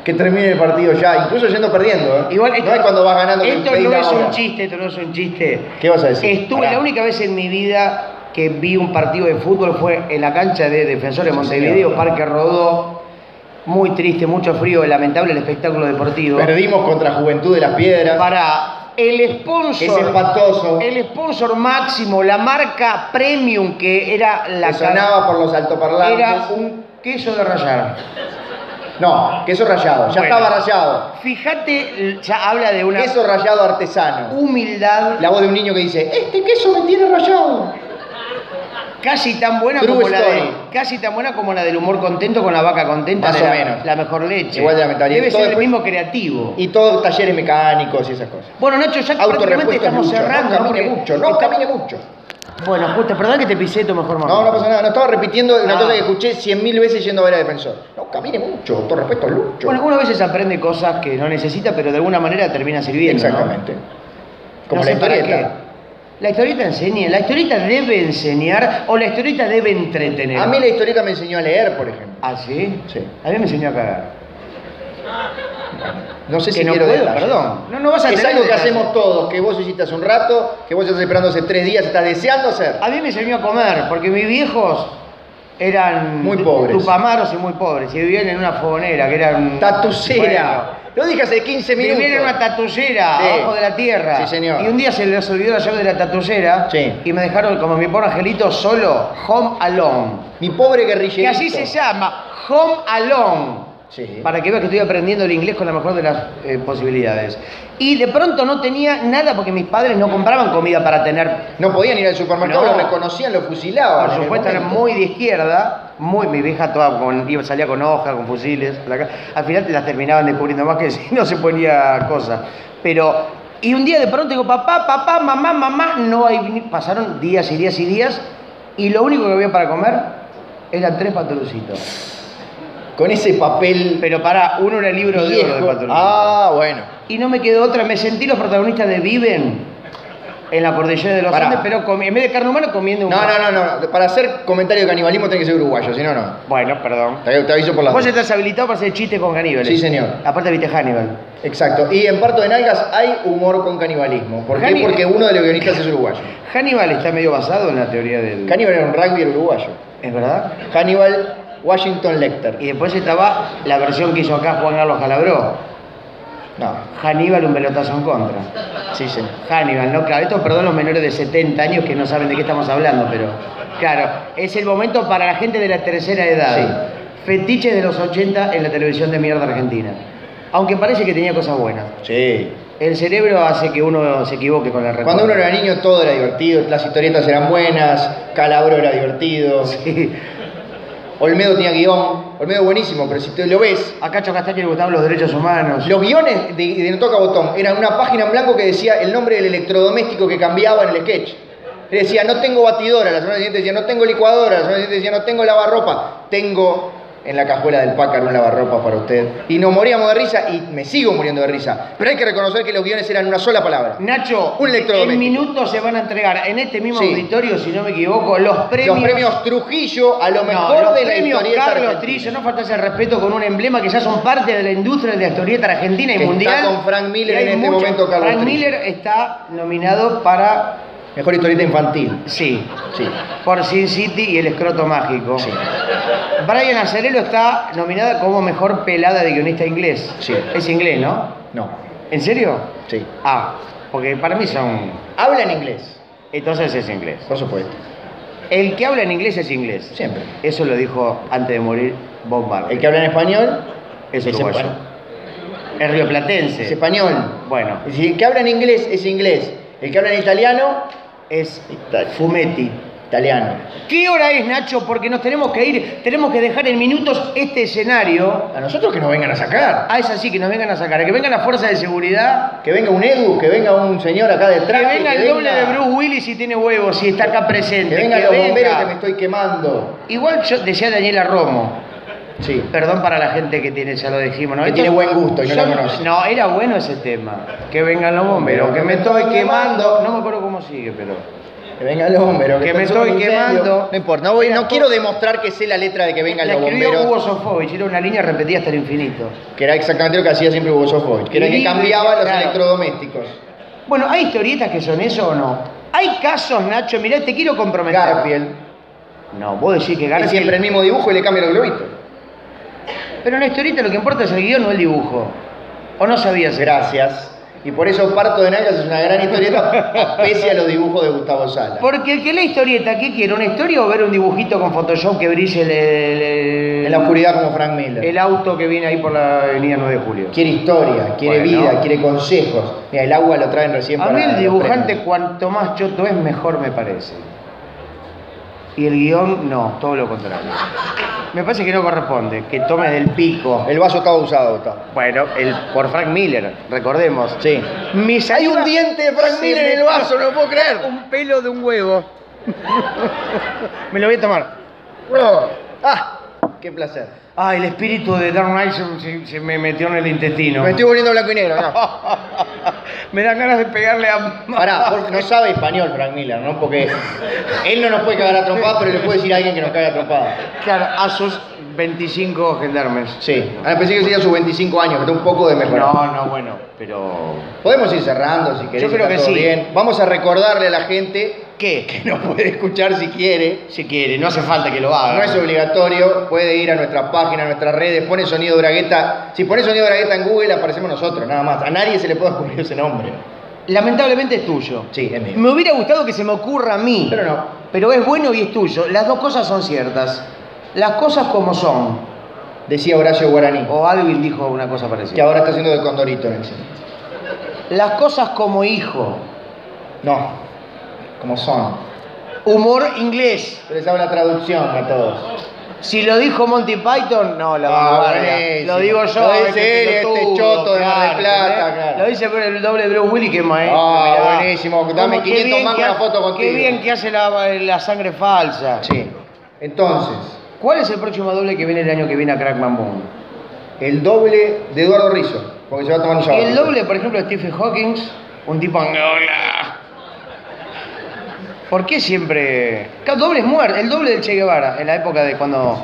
[SPEAKER 2] Que termine el partido ya, incluso yendo perdiendo. ¿eh?
[SPEAKER 1] Igual esto
[SPEAKER 2] no es cuando vas ganando. que
[SPEAKER 1] Esto
[SPEAKER 2] pedís
[SPEAKER 1] no
[SPEAKER 2] la
[SPEAKER 1] es
[SPEAKER 2] hora.
[SPEAKER 1] un chiste, esto no es un chiste.
[SPEAKER 2] ¿Qué vas a decir?
[SPEAKER 1] Estuve,
[SPEAKER 2] Pará.
[SPEAKER 1] la única vez en mi vida que vi un partido de fútbol fue en la cancha de Defensor de
[SPEAKER 2] Sí,
[SPEAKER 1] Montevideo,
[SPEAKER 2] señor.
[SPEAKER 1] Parque Rodó, muy triste, mucho frío, lamentable el espectáculo deportivo.
[SPEAKER 2] Perdimos contra Juventud de las Piedras.
[SPEAKER 1] Para el sponsor.
[SPEAKER 2] Es espantoso.
[SPEAKER 1] El sponsor máximo, la marca premium que era la
[SPEAKER 2] que sonaba por los altoparlantes.
[SPEAKER 1] Era un queso de rayar.
[SPEAKER 2] No, queso rayado. Ya
[SPEAKER 1] Bueno.
[SPEAKER 2] estaba rayado.
[SPEAKER 1] Fíjate, ya habla de una
[SPEAKER 2] Queso rayado artesano.
[SPEAKER 1] humildad
[SPEAKER 2] La voz de un niño que dice, este queso me tiene rayado.
[SPEAKER 1] casi tan buena
[SPEAKER 2] True
[SPEAKER 1] como la
[SPEAKER 2] story.
[SPEAKER 1] del, casi tan buena como la del humor contento con la vaca contenta,
[SPEAKER 2] Más
[SPEAKER 1] de
[SPEAKER 2] o
[SPEAKER 1] la,
[SPEAKER 2] menos.
[SPEAKER 1] la mejor leche.
[SPEAKER 2] Igual de la mentalidad.
[SPEAKER 1] Debe
[SPEAKER 2] Todo
[SPEAKER 1] ser el
[SPEAKER 2] después-
[SPEAKER 1] mismo creativo.
[SPEAKER 2] Y todo talleres mecánicos y esas cosas.
[SPEAKER 1] Bueno, Nacho, ya prácticamente
[SPEAKER 2] Autorrepuestos
[SPEAKER 1] estamos
[SPEAKER 2] mucho,
[SPEAKER 1] cerrando.
[SPEAKER 2] No camine
[SPEAKER 1] porque-
[SPEAKER 2] mucho, no camine mucho.
[SPEAKER 1] Bueno, justo, perdón que te pisé tu mejor momento.
[SPEAKER 2] No, no pasa nada. No estaba repitiendo una
[SPEAKER 1] Ah.
[SPEAKER 2] cosa que escuché cien mil veces yendo a ver a Defensor. No camine mucho, autorrepuestos mucho.
[SPEAKER 1] Bueno, uno a veces aprende cosas que no necesita, pero de alguna manera termina sirviendo. ¿no?
[SPEAKER 2] Exactamente. Como
[SPEAKER 1] No
[SPEAKER 2] la
[SPEAKER 1] sé para
[SPEAKER 2] historieta.
[SPEAKER 1] qué. La historieta enseña, la historieta debe enseñar o la historieta debe entretener.
[SPEAKER 2] A mí la historieta me enseñó a leer, por ejemplo.
[SPEAKER 1] ¿Ah, sí?
[SPEAKER 2] Sí.
[SPEAKER 1] A mí me enseñó a cagar.
[SPEAKER 2] No sé
[SPEAKER 1] Que
[SPEAKER 2] si
[SPEAKER 1] no
[SPEAKER 2] quiero
[SPEAKER 1] puedo,
[SPEAKER 2] detalles.
[SPEAKER 1] perdón. No, no vas a
[SPEAKER 2] Es
[SPEAKER 1] tener
[SPEAKER 2] algo que
[SPEAKER 1] detalles.
[SPEAKER 2] hacemos todos, que vos hiciste hace un rato, que vos estás esperando hace tres días, estás deseando hacer.
[SPEAKER 1] A mí me enseñó a comer, porque mis viejos eran
[SPEAKER 2] Muy pobres.
[SPEAKER 1] tupamaros y muy pobres, y vivían en una fogonera, que era un...
[SPEAKER 2] Tatucera. Lo dije hace 15
[SPEAKER 1] Bueno,
[SPEAKER 2] minutos.
[SPEAKER 1] vivían en una tatullera,
[SPEAKER 2] Sí.
[SPEAKER 1] abajo de la tierra.
[SPEAKER 2] Sí, señor.
[SPEAKER 1] Y un día se les olvidó la llave de la tatullera
[SPEAKER 2] Sí.
[SPEAKER 1] y me dejaron, como mi pobre angelito, solo, home alone.
[SPEAKER 2] Mi pobre guerrillero.
[SPEAKER 1] Que así se llama, home alone.
[SPEAKER 2] Sí.
[SPEAKER 1] Para que veas que estoy aprendiendo el inglés con la mejor de las eh, posibilidades. Y de pronto no tenía nada porque mis padres no compraban comida para tener.
[SPEAKER 2] No podían ir al supermercado,
[SPEAKER 1] No.
[SPEAKER 2] lo reconocían, lo fusilaban.
[SPEAKER 1] Por
[SPEAKER 2] en el
[SPEAKER 1] supuesto, eran
[SPEAKER 2] momento.
[SPEAKER 1] muy de izquierda, muy mi vieja toda con, iba- salía con hojas, con fusiles. para acá. Al final te las terminaban descubriendo más que [laughs] si no se ponía cosas. Pero. Y un día de pronto digo, papá, papá, mamá, mamá, no hay. ni- Pasaron días y días y días y lo único que había para comer eran tres paturucitos.
[SPEAKER 2] Con ese papel
[SPEAKER 1] Pero para, uno era el libro de oro de
[SPEAKER 2] viejo.
[SPEAKER 1] paturucitos.
[SPEAKER 2] Ah, bueno.
[SPEAKER 1] Y no me quedó otra, me sentí los protagonistas de Viven en la cordillera de los
[SPEAKER 2] Pará.
[SPEAKER 1] Andes, pero comi- en vez de carne humana comiendo un...
[SPEAKER 2] No, no, no, no. Para hacer comentario de canibalismo tenés que ser uruguayo, si no, no.
[SPEAKER 1] Bueno, perdón.
[SPEAKER 2] Te, te aviso por las
[SPEAKER 1] Vos
[SPEAKER 2] dudas.
[SPEAKER 1] estás habilitado para hacer chistes con caníbales.
[SPEAKER 2] Sí, señor.
[SPEAKER 1] Aparte viste Hannibal.
[SPEAKER 2] Exacto. Y en Parto de Nalgas hay humor con canibalismo. ¿Por qué?
[SPEAKER 1] Cani-
[SPEAKER 2] Porque uno de los guionistas es uruguayo.
[SPEAKER 1] Hannibal está medio basado en la teoría del...
[SPEAKER 2] Hannibal era un rugby uruguayo.
[SPEAKER 1] ¿Es verdad?
[SPEAKER 2] Hannibal Washington Lecter.
[SPEAKER 1] Y después estaba la versión que hizo acá Juan Carlos Calabró.
[SPEAKER 2] No,
[SPEAKER 1] Hannibal un pelotazo en contra.
[SPEAKER 2] sí, señor.
[SPEAKER 1] Hannibal, ¿no? Claro, esto perdón los menores de 70 años que no saben de qué estamos hablando, pero... Claro, es el momento para la gente de la tercera edad.
[SPEAKER 2] Sí.
[SPEAKER 1] Fetiche de los 80 en la televisión de mierda argentina. Aunque parece que tenía cosas buenas.
[SPEAKER 2] Sí.
[SPEAKER 1] El cerebro hace que uno se equivoque con el recuerdo.
[SPEAKER 2] Cuando uno era niño todo era divertido, las historietas eran buenas, Calabro era divertido,
[SPEAKER 1] Sí.
[SPEAKER 2] Olmedo tenía guión, Olmedo buenísimo, pero si te lo ves,
[SPEAKER 1] A Cacho Castaño le gustaban los derechos humanos.
[SPEAKER 2] los guiones de, de No Toca Botón eran una página en blanco que decía el nombre del electrodoméstico que cambiaba en el sketch. Le decía, no tengo batidora, la semana siguiente decía, no tengo licuadora, la semana siguiente decía, no tengo lavarropa, tengo en la cajuela del pájaro un lavarropa para usted. Y nos moríamos de risa y me sigo muriendo de risa. Pero hay que reconocer que los guiones eran una sola palabra.
[SPEAKER 1] Nacho,
[SPEAKER 2] Un electrodoméstico.
[SPEAKER 1] en minutos se van a entregar en este mismo
[SPEAKER 2] Sí.
[SPEAKER 1] auditorio, si no me equivoco, los premios.
[SPEAKER 2] Los premios Trujillo a
[SPEAKER 1] No,
[SPEAKER 2] lo mejor
[SPEAKER 1] los
[SPEAKER 2] de la
[SPEAKER 1] premios
[SPEAKER 2] historieta
[SPEAKER 1] Carlos
[SPEAKER 2] argentina.
[SPEAKER 1] Trillo, no faltas el respeto con un emblema que ya son parte de la industria de la historieta argentina y
[SPEAKER 2] Que está
[SPEAKER 1] mundial.
[SPEAKER 2] con Frank Miller
[SPEAKER 1] Y hay
[SPEAKER 2] en este
[SPEAKER 1] mucho-
[SPEAKER 2] momento, Carlos
[SPEAKER 1] Frank
[SPEAKER 2] Trillo.
[SPEAKER 1] Miller está nominado para.
[SPEAKER 2] Mejor historieta infantil.
[SPEAKER 1] Sí,
[SPEAKER 2] Sí.
[SPEAKER 1] por Sin City y el escroto mágico.
[SPEAKER 2] Sí.
[SPEAKER 1] Brian Acerelo está nominada como mejor pelada de guionista inglés.
[SPEAKER 2] Sí.
[SPEAKER 1] Es inglés, ¿no?
[SPEAKER 2] No.
[SPEAKER 1] ¿En serio?
[SPEAKER 2] Sí.
[SPEAKER 1] Ah, porque para mí son.
[SPEAKER 2] Habla en inglés.
[SPEAKER 1] Entonces es inglés.
[SPEAKER 2] Por supuesto.
[SPEAKER 1] El que habla en inglés es inglés.
[SPEAKER 2] Siempre.
[SPEAKER 1] Eso lo dijo antes de morir Bob Marley.
[SPEAKER 2] El que habla en español
[SPEAKER 1] es
[SPEAKER 2] es
[SPEAKER 1] uruguayo.
[SPEAKER 2] español.
[SPEAKER 1] Es rioplatense.
[SPEAKER 2] es español.
[SPEAKER 1] Bueno,
[SPEAKER 2] Y si El que habla en inglés es inglés. El que habla en italiano,
[SPEAKER 1] es
[SPEAKER 2] Italia.
[SPEAKER 1] Fumetti.
[SPEAKER 2] italiano.
[SPEAKER 1] ¿Qué hora es, Nacho? Porque nos tenemos que ir, tenemos que dejar en minutos este escenario.
[SPEAKER 2] A nosotros que nos vengan a sacar.
[SPEAKER 1] Ah, es así, que nos vengan a sacar, que vengan las fuerzas de seguridad,
[SPEAKER 2] Que venga un Edu, que venga un señor acá detrás.
[SPEAKER 1] que venga el doble de Bruce Willis si tiene huevos, si está acá presente.
[SPEAKER 2] Que vengan los
[SPEAKER 1] venga.
[SPEAKER 2] bomberos que me estoy quemando.
[SPEAKER 1] Igual yo decía Daniela Romo,
[SPEAKER 2] Sí.
[SPEAKER 1] Perdón para la gente que tiene, ya lo dijimos, ¿no?
[SPEAKER 2] Que tiene buen gusto y no la conoce.
[SPEAKER 1] No, era bueno ese tema. Que vengan los bomberos, que me estoy quemando. No me acuerdo cómo sigue, pero.
[SPEAKER 2] Que venga el bombero.
[SPEAKER 1] Que me
[SPEAKER 2] está en
[SPEAKER 1] estoy
[SPEAKER 2] un incendio.
[SPEAKER 1] quemando.
[SPEAKER 2] No importa, no, voy, no
[SPEAKER 1] Era-
[SPEAKER 2] quiero demostrar que sé la letra de que vengan
[SPEAKER 1] La
[SPEAKER 2] los
[SPEAKER 1] escribió
[SPEAKER 2] bomberos.
[SPEAKER 1] Hugo Sofovich, era una línea repetida hasta el infinito.
[SPEAKER 2] Que era exactamente lo que hacía siempre Hugo Sofovich, que era que
[SPEAKER 1] Libre,
[SPEAKER 2] cambiaba los
[SPEAKER 1] claro.
[SPEAKER 2] electrodomésticos.
[SPEAKER 1] Bueno, ¿hay historietas que son eso o no? Hay casos, Nacho, mirá, te quiero comprometer.
[SPEAKER 2] Garfield,
[SPEAKER 1] No, vos decís que
[SPEAKER 2] que
[SPEAKER 1] Garfield.
[SPEAKER 2] siempre el mismo dibujo y le cambia los globitos.
[SPEAKER 1] Pero en la historieta lo que importa es el guión o el dibujo. ¿O no sabías?
[SPEAKER 2] Gracias. Y por eso Parto de Nalgas es una gran historieta, pese a los dibujos de Gustavo Sala.
[SPEAKER 1] Porque el que lee historieta, ¿qué quiere? ¿Una historia o ver un dibujito con Photoshop que brille el, el- el-
[SPEAKER 2] En la oscuridad como Frank Miller.
[SPEAKER 1] el auto que viene ahí por la avenida 9 de julio?
[SPEAKER 2] Quiere historia, quiere
[SPEAKER 1] Bueno.
[SPEAKER 2] vida, quiere consejos. Mira, el agua lo traen recién
[SPEAKER 1] A
[SPEAKER 2] para
[SPEAKER 1] mí el
[SPEAKER 2] los
[SPEAKER 1] dibujante
[SPEAKER 2] premios.
[SPEAKER 1] cuanto más choto es, mejor me parece. Y el guión, no, todo lo contrario. Me parece que no corresponde, que tome del pico.
[SPEAKER 2] El vaso estaba usado. está.
[SPEAKER 1] Bueno, el, por Frank Miller, recordemos.
[SPEAKER 2] Sí.
[SPEAKER 1] Mis
[SPEAKER 2] Hay un
[SPEAKER 1] saliva-
[SPEAKER 2] diente de Frank
[SPEAKER 1] se
[SPEAKER 2] Miller
[SPEAKER 1] me
[SPEAKER 2] en el vaso,
[SPEAKER 1] escapa.
[SPEAKER 2] no lo puedo creer.
[SPEAKER 1] Un pelo de un huevo. [laughs] me lo voy a tomar.
[SPEAKER 2] Ah, qué placer.
[SPEAKER 1] Ah, el espíritu de Dark Knight se, se- se me metió en el intestino.
[SPEAKER 2] Me estoy volviendo blanco y negro. No.
[SPEAKER 1] [laughs] Me dan ganas de pegarle a...
[SPEAKER 2] [laughs]
[SPEAKER 1] [laughs]
[SPEAKER 2] Pará, porque no sabe español Frank Miller, ¿no? Porque él no nos puede cagar a trompadas, pero le puede decir a alguien que nos caga a trompadas.
[SPEAKER 1] Claro, a sus 25 gendarmes.
[SPEAKER 2] Sí. Ahora pensé que sería sus 25 años, que está un poco de mejora.
[SPEAKER 1] No, no, bueno, pero...
[SPEAKER 2] Podemos ir cerrando si querés.
[SPEAKER 1] Yo creo
[SPEAKER 2] está
[SPEAKER 1] que
[SPEAKER 2] todo
[SPEAKER 1] sí.
[SPEAKER 2] bien. Vamos a recordarle a la gente
[SPEAKER 1] ¿Qué?
[SPEAKER 2] que nos puede escuchar si quiere.
[SPEAKER 1] Si quiere, no hace falta que lo haga.
[SPEAKER 2] No es obligatorio, puede ir a nuestra página, a nuestras redes, pone sonido Bragueta. Si pone sonido Bragueta en Google, aparecemos nosotros, nada más. A nadie se le puede ocurrir ese nombre.
[SPEAKER 1] Lamentablemente es tuyo.
[SPEAKER 2] Sí, es mío.
[SPEAKER 1] Me hubiera gustado que se me ocurra a mí.
[SPEAKER 2] Pero no.
[SPEAKER 1] Pero es bueno y es tuyo. Las dos cosas son ciertas. Las cosas como son.
[SPEAKER 2] Decía Horacio Guaraní,
[SPEAKER 1] O Alvin dijo una cosa
[SPEAKER 2] que
[SPEAKER 1] parecida.
[SPEAKER 2] ahora está haciendo de Condorito en el cine.
[SPEAKER 1] Las cosas como hijo.
[SPEAKER 2] No, como son.
[SPEAKER 1] Humor inglés.
[SPEAKER 2] Yo les hago la traducción a todos.
[SPEAKER 1] Si lo dijo Monty Python, no, la
[SPEAKER 2] Ah,
[SPEAKER 1] van a guardar.
[SPEAKER 2] buenísimo.
[SPEAKER 1] Lo digo yo.
[SPEAKER 2] Lo dice
[SPEAKER 1] este
[SPEAKER 2] él, este
[SPEAKER 1] pelotudo,
[SPEAKER 2] choto de Mar del Plata,
[SPEAKER 1] ¿entendés?
[SPEAKER 2] claro.
[SPEAKER 1] Lo dice por el doble de Bruce Willis, que es maestro.
[SPEAKER 2] Ah,
[SPEAKER 1] mirá.
[SPEAKER 2] buenísimo. Dame
[SPEAKER 1] Cómo, qué
[SPEAKER 2] 500
[SPEAKER 1] bien
[SPEAKER 2] más
[SPEAKER 1] que
[SPEAKER 2] una
[SPEAKER 1] ha-
[SPEAKER 2] foto contigo.
[SPEAKER 1] Qué bien que hace la, la sangre falsa.
[SPEAKER 2] Sí. Entonces,
[SPEAKER 1] ¿Cuál es el próximo doble que viene el año que viene a Crackman Boom?
[SPEAKER 2] el doble de Eduardo Rizzo, porque se va a tomar un
[SPEAKER 1] Y
[SPEAKER 2] sábado.
[SPEAKER 1] el doble, por ejemplo, de Stephen Hawking, un tipo Angola. ¿Por qué siempre.? Claro, Doble es muerto, el doble del Che Guevara, en la época de cuando.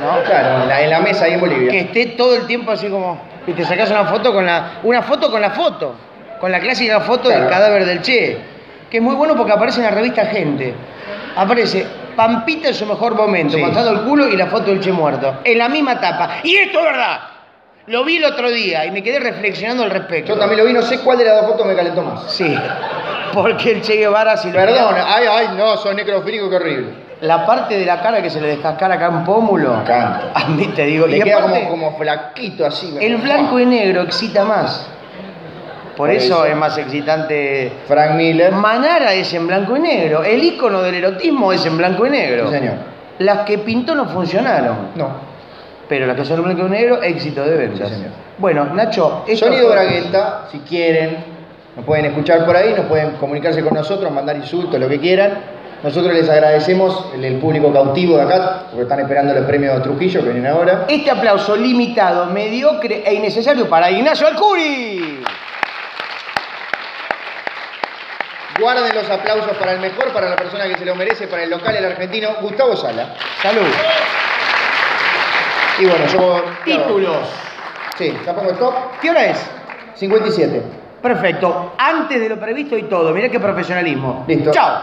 [SPEAKER 1] ¿no?
[SPEAKER 2] Claro, en la, en la mesa ahí en Bolivia.
[SPEAKER 1] Que esté todo el tiempo así como. Y te sacas una foto con la. Una foto con la foto. Con la clásica foto del
[SPEAKER 2] Claro.
[SPEAKER 1] cadáver del Che. Que es muy bueno porque aparece en la revista Gente. Aparece Pampita en su mejor momento,
[SPEAKER 2] Sí.
[SPEAKER 1] mostrando el culo y la foto del Che muerto. En la misma tapa. Y esto es verdad. Lo vi el otro día y me quedé reflexionando al respecto.
[SPEAKER 2] Yo también lo vi, no sé cuál de las dos fotos me calentó más.
[SPEAKER 1] Sí, porque el Che Guevara, si lo
[SPEAKER 2] Perdón,
[SPEAKER 1] mirás,
[SPEAKER 2] ay, ay, no, son necrofílico, qué horrible.
[SPEAKER 1] la parte de la cara que se le descascara acá en pómulo,
[SPEAKER 2] Me encanta.
[SPEAKER 1] a mí te digo,
[SPEAKER 2] Le
[SPEAKER 1] y
[SPEAKER 2] queda
[SPEAKER 1] aparte,
[SPEAKER 2] como, como flaquito así. me-
[SPEAKER 1] el blanco y negro excita más. Por
[SPEAKER 2] Por
[SPEAKER 1] eso
[SPEAKER 2] eso.
[SPEAKER 1] es más excitante.
[SPEAKER 2] Frank Miller.
[SPEAKER 1] Manara es en blanco y negro, el icono del erotismo es en blanco y negro.
[SPEAKER 2] Sí, señor.
[SPEAKER 1] Las que pintó no funcionaron,
[SPEAKER 2] No.
[SPEAKER 1] pero las que son en blanco y negro, éxito de ventas.
[SPEAKER 2] Sí, señor.
[SPEAKER 1] Bueno, Nacho, esto
[SPEAKER 2] Sonido
[SPEAKER 1] fue-
[SPEAKER 2] Bragueta, si quieren, nos pueden escuchar por ahí, nos pueden comunicarse con nosotros, mandar insultos, lo que quieran. Nosotros les agradecemos el, el público cautivo de acá, porque están esperando los premios de Trujillo que vienen ahora.
[SPEAKER 1] Este aplauso limitado, mediocre e innecesario para Ignacio Alcuri.
[SPEAKER 2] Guarden los aplausos para el mejor, para la persona que se lo merece, para el local, el argentino, Gustavo Sala.
[SPEAKER 1] Salud.
[SPEAKER 2] Y bueno, yo.
[SPEAKER 1] Títulos.
[SPEAKER 2] Sí, ya pongo el top.
[SPEAKER 1] ¿Qué hora es?
[SPEAKER 2] 57.
[SPEAKER 1] Perfecto. Antes de lo previsto y todo. Mirá qué profesionalismo.
[SPEAKER 2] Listo.
[SPEAKER 1] Chao.